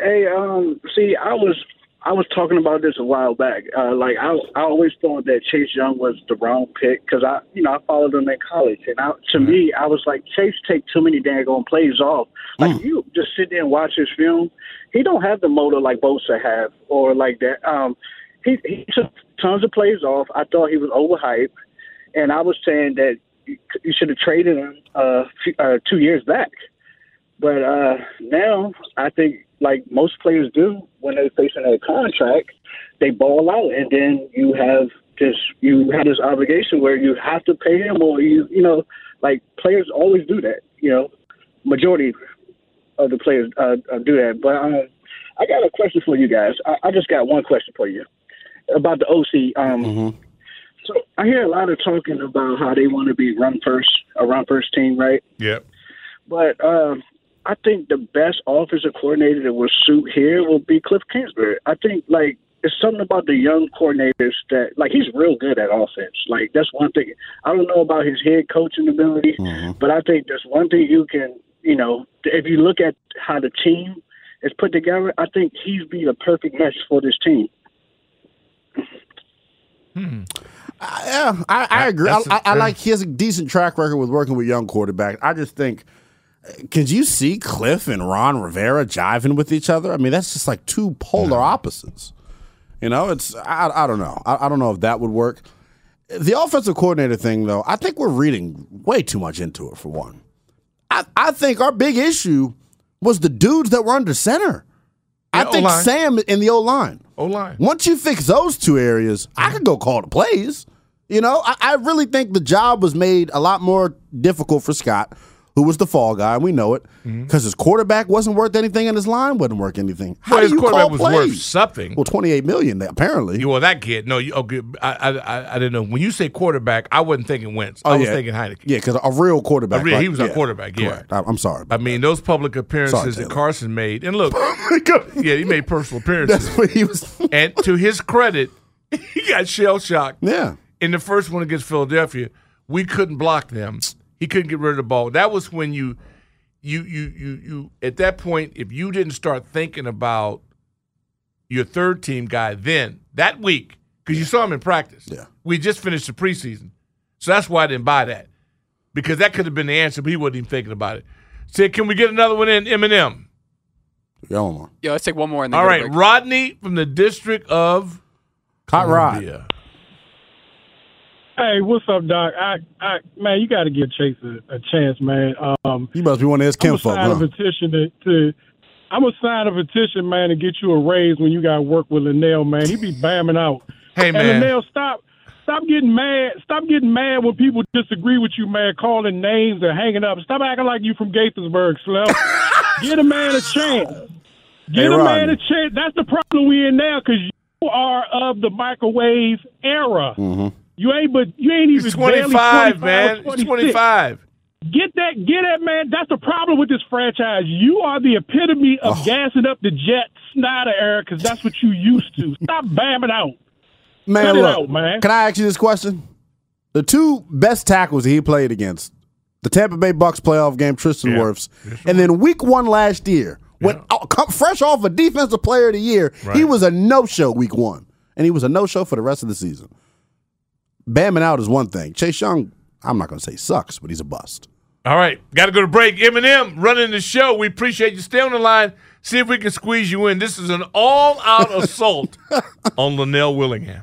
Speaker 13: Hey, um, see, I was I was talking about this a while back. Uh, like I I always thought that Chase Young was the wrong pick because I you know I followed him in college, and I, to
Speaker 3: Mm-hmm.
Speaker 13: me I was like Chase take too many daggone plays off. Like
Speaker 3: Mm.
Speaker 13: you just sit there and watch his film. He don't have the motor like Bosa have or like that. Um, he he took tons of plays off. I thought he was overhyped, and I was saying that you c- you should have traded him uh, few, uh two years back. But uh, now I think, like most players do, when they're facing a contract, they ball out, and then you have this you have this obligation where you have to pay him, or you you know, like players always do that. You know, majority of the players uh, uh, do that. But um, I got a question for you guys. I, I just got one question for you about the OC. Um, So I hear a lot of talking about how they want to be run first, a run first team, right?
Speaker 2: Yep.
Speaker 13: But um, I think the best offensive coordinator that will suit here will be Cliff Kingsbury. I think like it's something about the young coordinators that like he's real good at offense. Like that's one thing. I don't know about his head coaching ability, but I think that's one thing you can you know if you look at how the team is put together. I think he's be the perfect match for this team.
Speaker 3: Hmm. Uh, Yeah, I, I agree. I,
Speaker 13: that's a-
Speaker 3: I, I like he has a decent track record with working with young quarterbacks. I just think, uh, could you see Cliff and Ron Rivera jiving with each other? I mean, that's just like two
Speaker 13: Mm-hmm.
Speaker 3: polar opposites. You know, it's I, I don't know. I, I don't know if that would work. The offensive coordinator thing, though, I think we're reading way too much into it. For one, I, I think our big issue was the dudes that were under center. I think
Speaker 2: O-line.
Speaker 3: Sam in the O line.
Speaker 2: O line.
Speaker 3: Once you fix those two areas, I could go call the plays. You know, I, I really think the job was made a lot more difficult for Scott, who was the fall guy, and we know it,
Speaker 2: Mm-hmm.
Speaker 3: because his quarterback wasn't worth anything and his line wasn't worth anything. How
Speaker 2: Well,
Speaker 3: do
Speaker 2: his
Speaker 3: you
Speaker 2: quarterback
Speaker 3: call
Speaker 2: was
Speaker 3: plays?
Speaker 2: worth something.
Speaker 3: Well, twenty eight million apparently.
Speaker 2: You well, that kid. No, you, okay. I, I, I, I didn't know. When you say quarterback, I wasn't thinking Wentz. I was thinking Heineken.
Speaker 3: Oh, Yeah, because a real quarterback.
Speaker 2: A real-
Speaker 3: right?
Speaker 2: he was our quarterback, yeah.
Speaker 3: correct. I, I'm sorry.
Speaker 2: I mean, those public appearances
Speaker 3: Taylor. Oh
Speaker 2: that Carson made, and look, yeah, he made personal appearances.
Speaker 3: That's what he was.
Speaker 2: and to his credit, he got shell shocked.
Speaker 3: Yeah.
Speaker 2: In the first one against Philadelphia, we couldn't block them. He couldn't get rid of the ball. That was when you, you, you, you, you. At that point, if you didn't start thinking about your third team guy then that week because you saw him in practice. Yeah, we just finished the preseason, so that's why I didn't buy that because that could have been the answer, but he wasn't even thinking about it. Said, can we get another one in Eminem?
Speaker 3: Yeah, one more.
Speaker 5: Yeah, let's take one more. And then
Speaker 2: All
Speaker 5: go to
Speaker 2: right,
Speaker 5: break.
Speaker 2: Rodney from the district of
Speaker 3: Hot Rod.
Speaker 2: Columbia.
Speaker 14: Hey, what's up, Doc? I, I, man, you got to give Chase a, a chance, man. Um,
Speaker 3: you must be one of his kinfolk,
Speaker 14: I'm gonna sign
Speaker 3: huh?
Speaker 14: a petition to, to. I'm gonna sign a petition, man, to get you a raise when you got to work with Linnell, man. He be bamming out.
Speaker 2: Hey,
Speaker 14: And
Speaker 2: man.
Speaker 14: Linnell, stop, stop getting mad. Stop getting mad when people disagree with you, man. Calling names and hanging up. Stop acting like you from Gaithersburg, Slim. Get a man a chance. Get
Speaker 3: Hey,
Speaker 14: a man
Speaker 3: Rodney.
Speaker 14: a chance. That's the problem we in now because you are of the microwave era.
Speaker 3: Mm-hmm.
Speaker 14: You ain't but you ain't even
Speaker 2: He's
Speaker 14: barely
Speaker 2: 25, man.
Speaker 14: 25.
Speaker 2: He's 25.
Speaker 14: Get that, get that, man. That's the problem with this franchise. You are the epitome
Speaker 2: Oh.
Speaker 14: of gassing up the Jet Snyder era because that's what you used to. Stop bamming out.
Speaker 3: Man,
Speaker 14: Cut it
Speaker 3: look,
Speaker 14: out, man.
Speaker 3: can I ask you this question? The two best tackles he played against, the Tampa Bay Bucks playoff game, Tristan Wirfs, and then Week One last year, when oh, come, fresh off a Defensive Player of the Year, he was a no-show Week One, and he was a no-show for the rest of the season. Bamming out is one thing. Chase Young, I'm not going to say sucks, but he's a bust.
Speaker 2: All right, got to go to break. Eminem running the show. We appreciate you. Stay on the line. See if we can squeeze you in. This is an all-out assault on Linnell Willingham.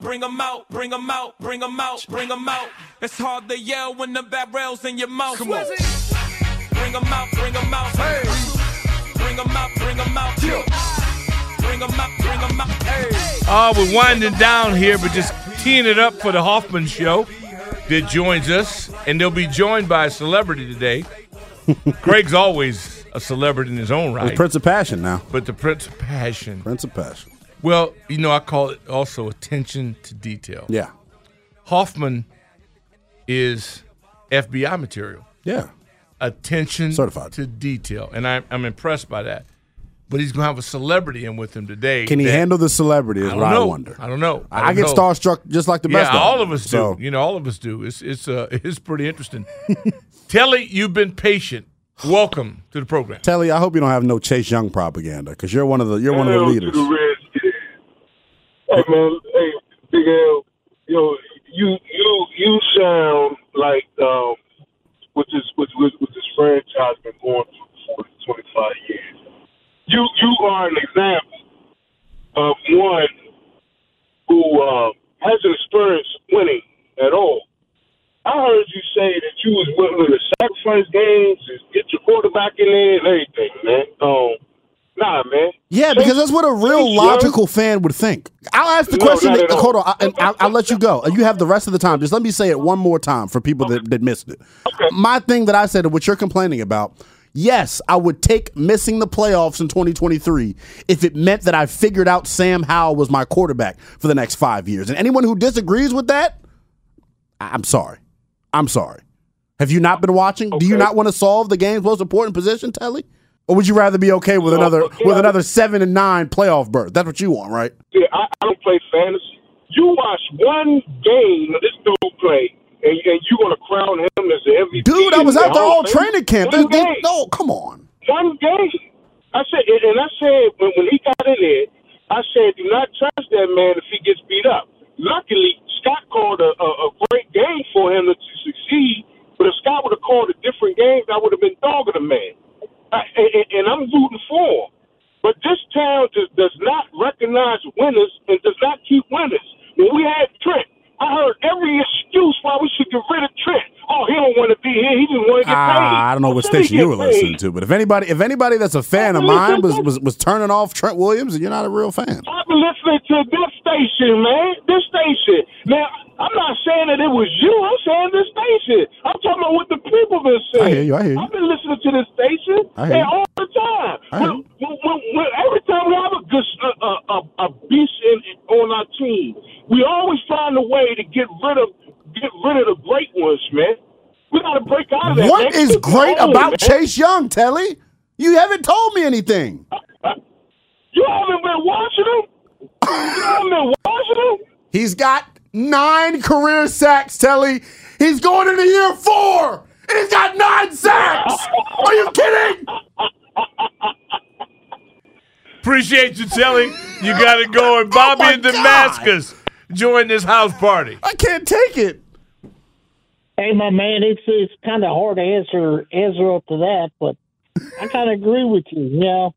Speaker 15: Bring 'em out, bring 'em out, bring 'em out, bring 'em out. It's hard to yell when the barrel's in your mouth. Come on. Bring 'em out, bring 'em out. Hey. Bring 'em out, bring 'em out. Bring 'em out, bring 'em out. Hey.
Speaker 2: Uh, we're winding down here, but just teeing it up for the Hoffman Show that joins us, and they'll be joined by a celebrity today. Greg's always a celebrity in his own right.
Speaker 3: He's Prince of Passion now.
Speaker 2: But the Prince of Passion.
Speaker 3: Prince of Passion.
Speaker 2: Well, you know, I call it also attention to detail.
Speaker 3: Yeah.
Speaker 2: Hoffman is FBI material.
Speaker 3: Yeah.
Speaker 2: Attention to detail. And I, I'm impressed by that. But he's going to have a celebrity in with him today.
Speaker 3: Can he
Speaker 2: that-
Speaker 3: handle the celebrity? Is
Speaker 2: I don't
Speaker 3: what I
Speaker 2: know.
Speaker 3: wonder.
Speaker 2: I don't know.
Speaker 3: I,
Speaker 2: don't
Speaker 3: get
Speaker 2: know.
Speaker 3: starstruck just like the
Speaker 2: yeah,
Speaker 3: best. of
Speaker 2: all
Speaker 3: them.
Speaker 2: of us do.
Speaker 3: So-
Speaker 2: You know, all of us do. It's it's uh it's pretty interesting. Telly, you've been patient. Welcome to the program.
Speaker 3: Telly, I hope you don't have no Chase Young propaganda because you're one of the you're one of the
Speaker 2: Hell to
Speaker 3: leaders.
Speaker 2: the
Speaker 16: Hey man, hey Big L, yo, you you you sound like um, with this with, with, with this franchise been going through for 20, 25 years. You you are an example of one who uh, hasn't experienced winning at all. I heard you say that you was willing to sacrifice games, to get your quarterback in there, and everything, man. Um, nah, man.
Speaker 3: Yeah, because that's what a real logical fan would think. I'll ask the
Speaker 17: No,
Speaker 3: question.
Speaker 17: not
Speaker 3: that-
Speaker 17: at all.
Speaker 3: hold on, I, and I, I'll let you go. Uh, You have the rest of the time. Just let me say it one more time for people that, that missed it. My thing that I said, what you're complaining about, yes, I would take missing the playoffs in 2023 if it meant that I figured out Sam Howell was my quarterback for the next five years. And anyone who disagrees with that, I- I'm sorry. I'm sorry. Have you not been watching? Do you not want to solve the game's most important position, Telly? Or would you rather be okay with another with another seven and nine playoff berth? That's what you want, right?
Speaker 16: See, I, I don't play fantasy. You watch one game of this dude play, and, and you going to crown him as the MVP.
Speaker 3: Dude, I was
Speaker 16: in the
Speaker 3: out there
Speaker 16: Hall
Speaker 3: all
Speaker 16: of Fame?
Speaker 3: training camp.
Speaker 16: One
Speaker 3: There's- there-
Speaker 16: game.
Speaker 3: no, come on.
Speaker 16: One game. I said, and and I said when, when he got in there, I said, do not trust that man if he gets beat up. Luckily, Scott called a, a, a great game for him to succeed. But if Scott would have called a different game, I would have been dogging the man. I, and, and- and I'm rooting for him. But this town does, does not recognize winners and does not keep winners. When we had Trent, I heard every excuse why we should get rid of Trent. Oh, he don't want to be here. He just want to get paid.
Speaker 3: Ah, I don't know what station you were listening to, but if anybody if anybody that's a fan of mine was was, was turning off Trent Williams, you're not a real fan.
Speaker 16: I've been listening to this station, man. This station. Now, I'm not saying that it was you. I'm saying this station. I'm talking about what the people been saying.
Speaker 3: I hear you, I hear you.
Speaker 16: have been listening to this station
Speaker 3: I hear
Speaker 16: and
Speaker 3: you.
Speaker 16: all the time.
Speaker 3: I hear
Speaker 16: When- when- when- when- every time we have a good s- a, a, a, a beast in, on our team, we always find a way to get rid of get rid of the great ones, man. We got to break out of that. man.
Speaker 3: What is
Speaker 16: Keep it
Speaker 3: great
Speaker 16: going,
Speaker 3: about
Speaker 16: man.
Speaker 3: Chase Young, Telly? You haven't told me anything.
Speaker 16: You haven't been watching him. You haven't been watching him.
Speaker 3: He's got nine career sacks, Telly. He's going into year four, and he's got nine sacks. Are you kidding?
Speaker 2: Appreciate you, Telly. You got it going.
Speaker 3: Oh
Speaker 2: Bobby in Damascus, join this house party.
Speaker 3: I can't take it.
Speaker 9: Hey, my man, it's it's kind of hard to answer answer up to that, but I kind of agree with you. You know,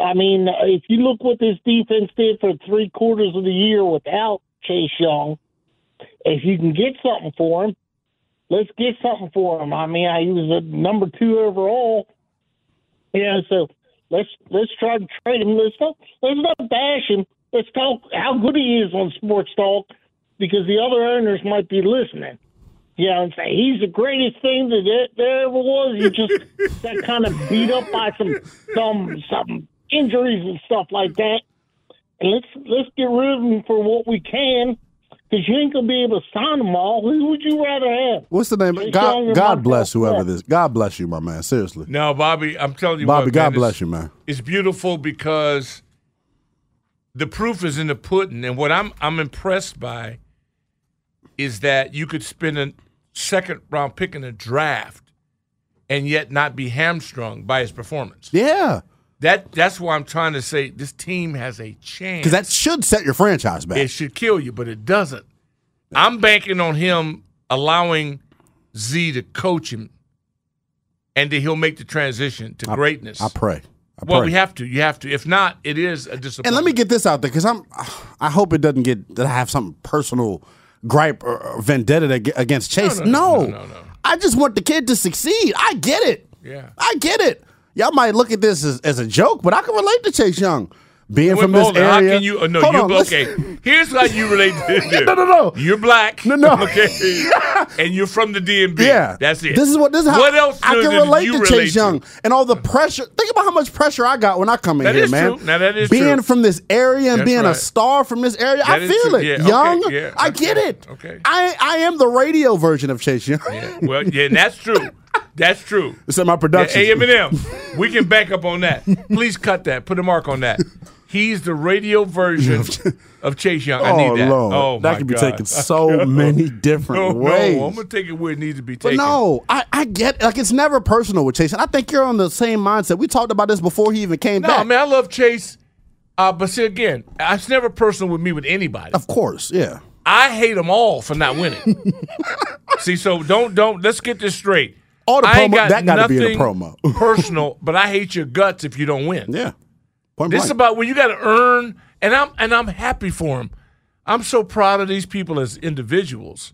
Speaker 9: I mean, if you look what this defense did for three quarters of the year without Chase Young, if you can get something for him, let's get something for him. I mean, I, he was a number two overall. You know, so let's let's try to trade him. Let's not let's not bash him. Let's talk how good he is on sports talk because the other owners might be listening. You know, and say he's the greatest thing that there, there ever was. You just got kind of beat up by some some some injuries and stuff like that. And let's let's get rid of him for what we can, because you ain't gonna be able to sign them all. Who would you rather have?
Speaker 3: What's the name?
Speaker 9: Chase Young
Speaker 3: God,
Speaker 9: or
Speaker 3: God
Speaker 9: Montrezl
Speaker 3: bless whoever
Speaker 9: Harrell?
Speaker 3: this. God bless you, my man. Seriously,
Speaker 2: No, Bobby, I'm telling you
Speaker 3: Bobby.
Speaker 2: what,
Speaker 3: God
Speaker 2: man,
Speaker 3: bless
Speaker 2: it's-
Speaker 3: you, man.
Speaker 2: It's beautiful because the proof is in the pudding, and what I'm I'm impressed by is that you could spend a second round pick in a draft and yet not be hamstrung by his performance.
Speaker 3: Yeah,
Speaker 2: That that's why I'm trying to say this team has a chance.
Speaker 3: because that should set your franchise back.
Speaker 2: It should kill you, but it doesn't. I'm banking on him allowing Z to coach him, and then he'll make the transition to greatness.
Speaker 3: I pray. I
Speaker 2: well,
Speaker 3: pray.
Speaker 2: we have to. You have to. If not, it is a disappointment.
Speaker 3: and let me get this out there because I'm. I hope it doesn't get that I have some personal gripe or, or vendetta ag- against Chase.
Speaker 2: no, no,
Speaker 3: no, no, no. I just want the kid to succeed. I get it.
Speaker 2: Yeah.
Speaker 3: I get it. Y'all might look at this as, as a joke, but I can relate to Chase Young. Being
Speaker 2: Wait,
Speaker 3: from this
Speaker 2: hold on. How
Speaker 3: area.
Speaker 2: can you? oh, no,
Speaker 3: Hold
Speaker 2: you
Speaker 3: on, let's-
Speaker 2: okay? Here's how you relate to this.
Speaker 3: No, no, no.
Speaker 2: You're black.
Speaker 3: No, no.
Speaker 2: Okay. and you're from the DMV.
Speaker 3: Yeah,
Speaker 2: That's it.
Speaker 3: This is what this is how
Speaker 2: What else?
Speaker 3: I
Speaker 2: do-
Speaker 3: can
Speaker 2: do
Speaker 3: relate
Speaker 2: you
Speaker 3: to
Speaker 2: relate
Speaker 3: Chase Young and all the pressure. Think about how much pressure I got when I come in
Speaker 2: That
Speaker 3: here,
Speaker 2: is
Speaker 3: man.
Speaker 2: true. Now, that is
Speaker 3: being
Speaker 2: true.
Speaker 3: from this area and
Speaker 2: That's
Speaker 3: being a
Speaker 2: right.
Speaker 3: star from this area.
Speaker 2: That
Speaker 3: I
Speaker 2: is
Speaker 3: feel
Speaker 2: true.
Speaker 3: it.
Speaker 2: Yeah, okay,
Speaker 3: Young,
Speaker 2: yeah,
Speaker 3: I get it.
Speaker 2: Okay.
Speaker 3: I I am the radio version of Chase Young.
Speaker 2: Yeah. Well, yeah, that's true. That's true.
Speaker 3: Except my production.
Speaker 2: Yeah, Eminem, we can back up on that. Please cut that. Put a mark on that. He's the radio version of Chase Young. I
Speaker 3: oh
Speaker 2: need that.
Speaker 3: lord,
Speaker 2: Oh my
Speaker 3: that could be
Speaker 2: God.
Speaker 3: taken so many
Speaker 2: no,
Speaker 3: different ways.
Speaker 2: No, I'm gonna take it where it needs to be
Speaker 3: But
Speaker 2: taken.
Speaker 3: no, I, I get like it's never personal with Chase. And I think you're on the same mindset. We talked about this before he even came
Speaker 2: no,
Speaker 3: back.
Speaker 2: I mean I love Chase, uh, but see again, it's never personal with me with anybody.
Speaker 3: Of course, yeah.
Speaker 2: I hate them all for not winning. see, so don't don't let's get this straight.
Speaker 3: All the
Speaker 2: I ain't
Speaker 3: promo-
Speaker 2: got
Speaker 3: that gotta be in the
Speaker 2: nothing
Speaker 3: promo.
Speaker 2: personal, but I hate your guts if you don't win.
Speaker 3: Yeah, Point
Speaker 2: this
Speaker 3: blank.
Speaker 2: is about when you got to earn, and I'm and I'm happy for him. I'm so proud of these people as individuals.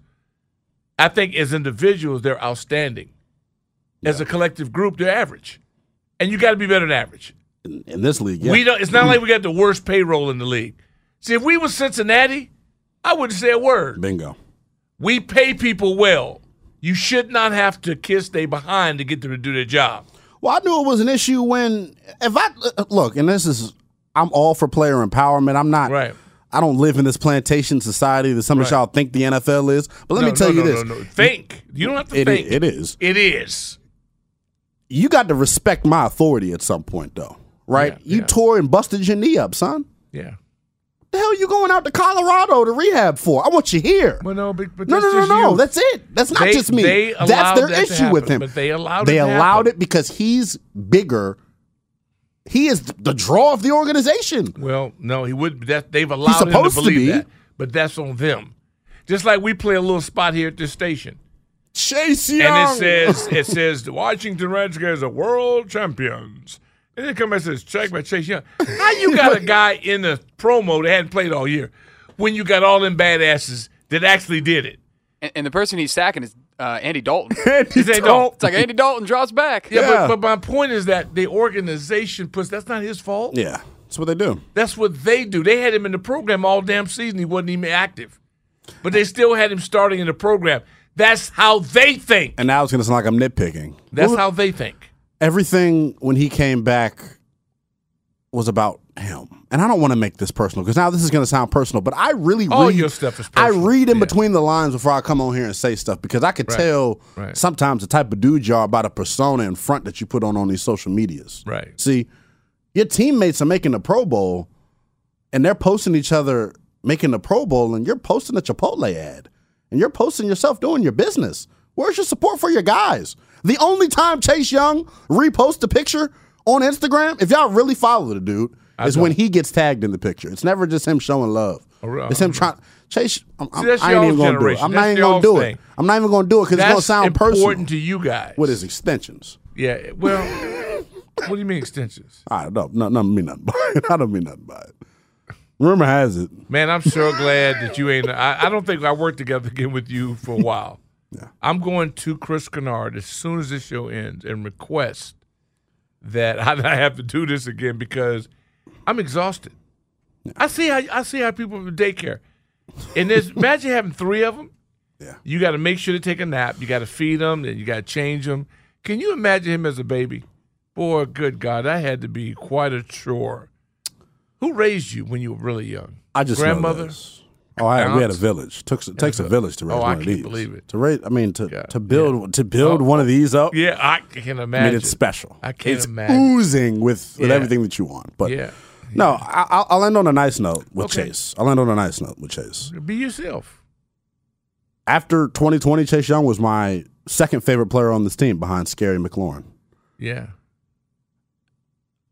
Speaker 2: I think as individuals they're outstanding. As a collective group, they're average, and you got to be better than average.
Speaker 3: in, in this league. Yeah. Mm-hmm.
Speaker 2: We don't. It's not like we got the worst payroll in the league. See, if we were Cincinnati, I wouldn't say a word.
Speaker 3: Bingo.
Speaker 2: We pay people well. You should not have to kiss they behind to get them to do their job.
Speaker 3: Well, I knew it was an issue when if I uh, look, and this is I'm all for player empowerment. I'm not
Speaker 2: Right.
Speaker 3: I don't live in this plantation society that some of
Speaker 2: Right.
Speaker 3: y'all think the NFL is. But let
Speaker 2: No,
Speaker 3: me tell
Speaker 2: no,
Speaker 3: you
Speaker 2: no,
Speaker 3: this.
Speaker 2: no, no. Think. You don't have to
Speaker 3: It i-
Speaker 2: think.
Speaker 3: it is.
Speaker 2: It is.
Speaker 3: You got to respect my authority at some point though. Right? you tore and busted your knee up, son.
Speaker 2: Yeah.
Speaker 3: The hell you going out to Colorado to rehab for? I want you here.
Speaker 2: Well, no, but, but
Speaker 3: no,
Speaker 2: that's
Speaker 3: no, no,
Speaker 2: just
Speaker 3: no.
Speaker 2: you.
Speaker 3: That's it. That's not
Speaker 2: They-
Speaker 3: just me.
Speaker 2: they allowed
Speaker 3: that's their
Speaker 2: that to
Speaker 3: issue
Speaker 2: happen,
Speaker 3: with him.
Speaker 2: but they allowed
Speaker 3: They
Speaker 2: it to
Speaker 3: allowed it because he's bigger. He is the draw of the organization.
Speaker 2: Well, no, he would. That they've allowed him to
Speaker 3: supposed to
Speaker 2: believe
Speaker 3: be.
Speaker 2: that, but that's on them. Just like we play a little spot here at this station.
Speaker 3: Chase
Speaker 2: And
Speaker 3: Young.
Speaker 2: it says it says the Washington Redskins are world champions. And then come and says check by Chase Young. How you got a guy in the promo that hadn't played all year when you got all them badasses that actually did it?
Speaker 5: And, and the person he's sacking is uh, Andy Dalton.
Speaker 3: Andy
Speaker 5: It's
Speaker 2: Dalton.
Speaker 5: It's like Andy Dalton drops back.
Speaker 2: Yeah, But, but my point is that the organization puts that's not his fault.
Speaker 3: Yeah, that's what they do.
Speaker 2: That's what they do. They had him in the program all damn season. He wasn't even active. But they still had him starting in the program. That's how they think.
Speaker 3: And now it's going to sound like I'm nitpicking.
Speaker 2: That's
Speaker 3: Well,
Speaker 2: how they think.
Speaker 3: everything when he came back was about him. And I don't want to make this personal because now this is going to sound personal, but I really
Speaker 2: All
Speaker 3: read,
Speaker 2: Oh, your stuff is
Speaker 3: I read in between the lines before I come on here and say stuff because I could
Speaker 2: Right,
Speaker 3: tell
Speaker 2: right.
Speaker 3: sometimes the type of dude you are by the persona in front that you put on on these social medias.
Speaker 2: Right.
Speaker 3: See, your teammates are making the Pro Bowl and they're posting each other making the Pro Bowl and you're posting a Chipotle ad and you're posting yourself doing your business. Where's your support for your guys? The only time Chase Young reposts a picture on Instagram, if y'all really follow the dude, is when he gets tagged in the picture. It's never just him showing love.
Speaker 2: Oh, really?
Speaker 3: It's him trying. Chase, I'm,
Speaker 2: See,
Speaker 3: I'm,
Speaker 2: that's
Speaker 3: I ain't
Speaker 2: y'all's
Speaker 3: even gonna do it.
Speaker 2: generation.
Speaker 3: I'm
Speaker 2: That's
Speaker 3: not even gonna
Speaker 2: y'all's
Speaker 3: do
Speaker 2: thing.
Speaker 3: it. I'm not even gonna do it because it's gonna
Speaker 2: That's
Speaker 3: sound
Speaker 2: important
Speaker 3: personal.
Speaker 2: to you guys.
Speaker 3: What is extensions?
Speaker 2: Yeah. Well, what do you mean extensions?
Speaker 3: I don't know. No, no, I mean nothing by it. I don't mean nothing by it. Rumor has it.
Speaker 2: Man, I'm so glad that you ain't. I, I don't think I worked together again with you for a while. I'm going to Chris Kennard as soon as this show ends and request that I not have to do this again because I'm exhausted. I see how I see how people from daycare, and there's imagine having three of them. Yeah, you got to make sure to take a nap. You got to feed them, then you got to change them. Can you imagine him as a baby? Boy, good God, that had to be quite a chore. Who raised you when you were really young?
Speaker 3: I just know
Speaker 2: grandmother.
Speaker 3: this. Oh, I, we had a
Speaker 2: Aunt?
Speaker 3: village. Took, it takes a
Speaker 2: a-
Speaker 3: village to raise
Speaker 2: Oh,
Speaker 3: one
Speaker 2: I
Speaker 3: of
Speaker 2: can't
Speaker 3: these.
Speaker 2: believe it. Oh,
Speaker 3: To raise, I mean, to to build to build one of these up.
Speaker 2: Yeah, I can imagine.
Speaker 3: I mean, it's special.
Speaker 2: I can't
Speaker 3: it's
Speaker 2: imagine.
Speaker 3: oozing with, with
Speaker 2: Yeah.
Speaker 3: everything that you want. But
Speaker 2: Yeah.
Speaker 3: no, I, I'll- I'll end on a nice note with
Speaker 2: Okay.
Speaker 3: Chase. I'll end on a nice note with Chase.
Speaker 2: Be yourself.
Speaker 3: After 2020, Chase Young was my second favorite player on this team behind Scary McLaurin.
Speaker 2: Yeah.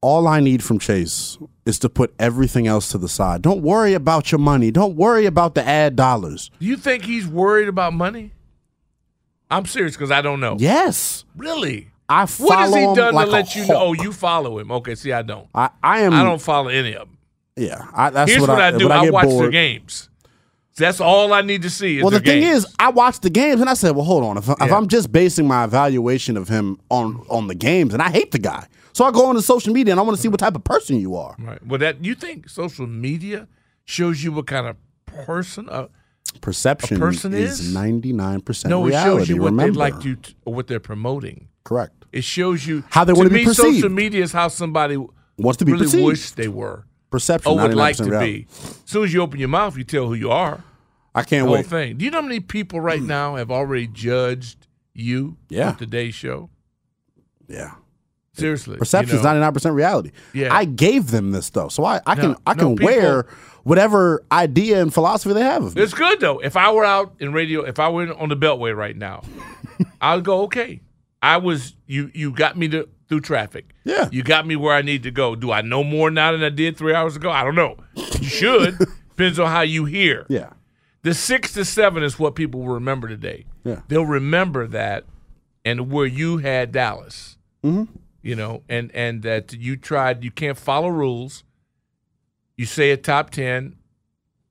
Speaker 3: All I need from Chase is to put everything else to the side. Don't worry about your money. Don't worry about the ad dollars.
Speaker 2: Do you think he's worried about money? I'm serious because I don't know.
Speaker 3: Yes.
Speaker 2: Really?
Speaker 3: I
Speaker 2: What has he
Speaker 3: follow him
Speaker 2: done
Speaker 3: like
Speaker 2: to
Speaker 3: a
Speaker 2: let you know? Oh,
Speaker 3: hawk.
Speaker 2: you follow him. Okay, see, I don't.
Speaker 3: I, I am.
Speaker 2: I don't follow any of them.
Speaker 3: Yeah, I, that's
Speaker 2: Here's
Speaker 3: what, I,
Speaker 2: do.
Speaker 3: when I,
Speaker 2: I,
Speaker 3: get
Speaker 2: watch
Speaker 3: bored.
Speaker 2: their games. That's all I need to see. Is
Speaker 3: Well, the
Speaker 2: their
Speaker 3: thing
Speaker 2: games.
Speaker 3: is, I watched the games and I said, "Well, hold on. If, if I'm just basing my evaluation of him on on the games, and I hate the guy, so I go onto social media and I want to see what type of person you are."
Speaker 2: right. Well, that you think social media shows you what kind of person? Uh,
Speaker 3: Perception
Speaker 2: A person
Speaker 3: is
Speaker 2: is?
Speaker 3: ninety nine percent
Speaker 2: no,
Speaker 3: reality.
Speaker 2: it shows you what
Speaker 3: remember,
Speaker 2: they like you to, or what they're promoting.
Speaker 3: correct?
Speaker 2: It shows you
Speaker 3: How they
Speaker 2: to
Speaker 3: wanna be
Speaker 2: me, Social
Speaker 3: perceived.
Speaker 2: media is how somebody
Speaker 3: Wants to be
Speaker 2: really
Speaker 3: perceived.
Speaker 2: wish they were.
Speaker 3: Perception.
Speaker 2: or Oh, would like
Speaker 3: 99%
Speaker 2: to
Speaker 3: reality.
Speaker 2: be. As soon as you open your mouth, you tell who you are.
Speaker 3: I can't
Speaker 2: the whole
Speaker 3: wait. Hmm.
Speaker 2: thing. Do you know how many people right now have already judged you?
Speaker 3: Yeah.
Speaker 2: on Today's show.
Speaker 3: Yeah.
Speaker 2: Seriously.
Speaker 3: Perception
Speaker 2: you
Speaker 3: is
Speaker 2: know?
Speaker 3: ninety nine percent reality.
Speaker 2: Yeah.
Speaker 3: I gave them this though, so I, I can
Speaker 2: No,
Speaker 3: I
Speaker 2: no,
Speaker 3: can
Speaker 2: people-
Speaker 3: wear whatever idea and philosophy they have of me.
Speaker 2: It's good though. If I were out in radio, if I were in- on the Beltway right now, I'd go okay. I was you. You got me to through traffic.
Speaker 3: Yeah.
Speaker 2: You got me where I need to go. Do I know more now than I did three hours ago? I don't know. You should. Depends on how you hear.
Speaker 3: Yeah.
Speaker 2: The six to seven is what people will remember today.
Speaker 3: Yeah.
Speaker 2: They'll remember that and where you had Dallas.
Speaker 3: Mhm.
Speaker 2: You know, and and that you tried. You can't follow rules. You say a top ten.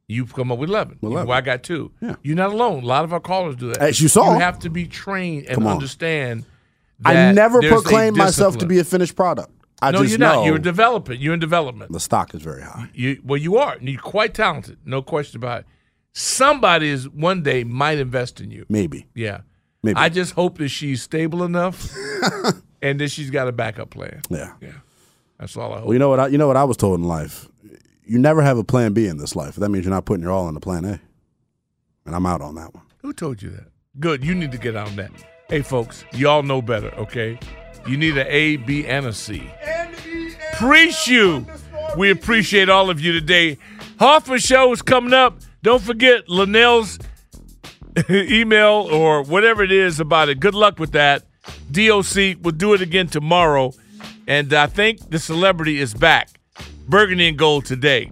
Speaker 2: You come up with eleven.
Speaker 3: Eleven.
Speaker 2: Well, I got two. You're not alone. A lot of our callers do that.
Speaker 3: As you saw.
Speaker 2: you have to be trained and
Speaker 3: Come on.
Speaker 2: understand.
Speaker 3: I
Speaker 2: that
Speaker 3: never
Speaker 2: there's a
Speaker 3: proclaimed myself to
Speaker 2: discipline.
Speaker 3: be a finished product. I
Speaker 2: no,
Speaker 3: just
Speaker 2: you're not.
Speaker 3: know
Speaker 2: You're developing. You're in development.
Speaker 3: the stock is very high.
Speaker 2: You well, you are. And you're quite talented, no question about it. Somebody is one day might invest in you.
Speaker 3: Maybe.
Speaker 2: Yeah.
Speaker 3: Maybe.
Speaker 2: I just hope that she's stable enough, and that she's got a backup plan.
Speaker 3: Yeah.
Speaker 2: Yeah. That's all I hope.
Speaker 3: Well, you know what? I, you know what I was told in life. You never have a plan B in this life. That means you're not putting your all into plan A. And I'm out on that one.
Speaker 2: Who told you that? Good. You need to get on that. Hey, folks, y'all know better, okay? You need an A, B, and a C. Preach you. We appreciate all of you today. Hoffman Show is coming up. Don't forget Linnell's email or whatever it is about it. Good luck with that. DOC, we'll do it again tomorrow. And I think the celebrity is back. Burgundy and Gold today.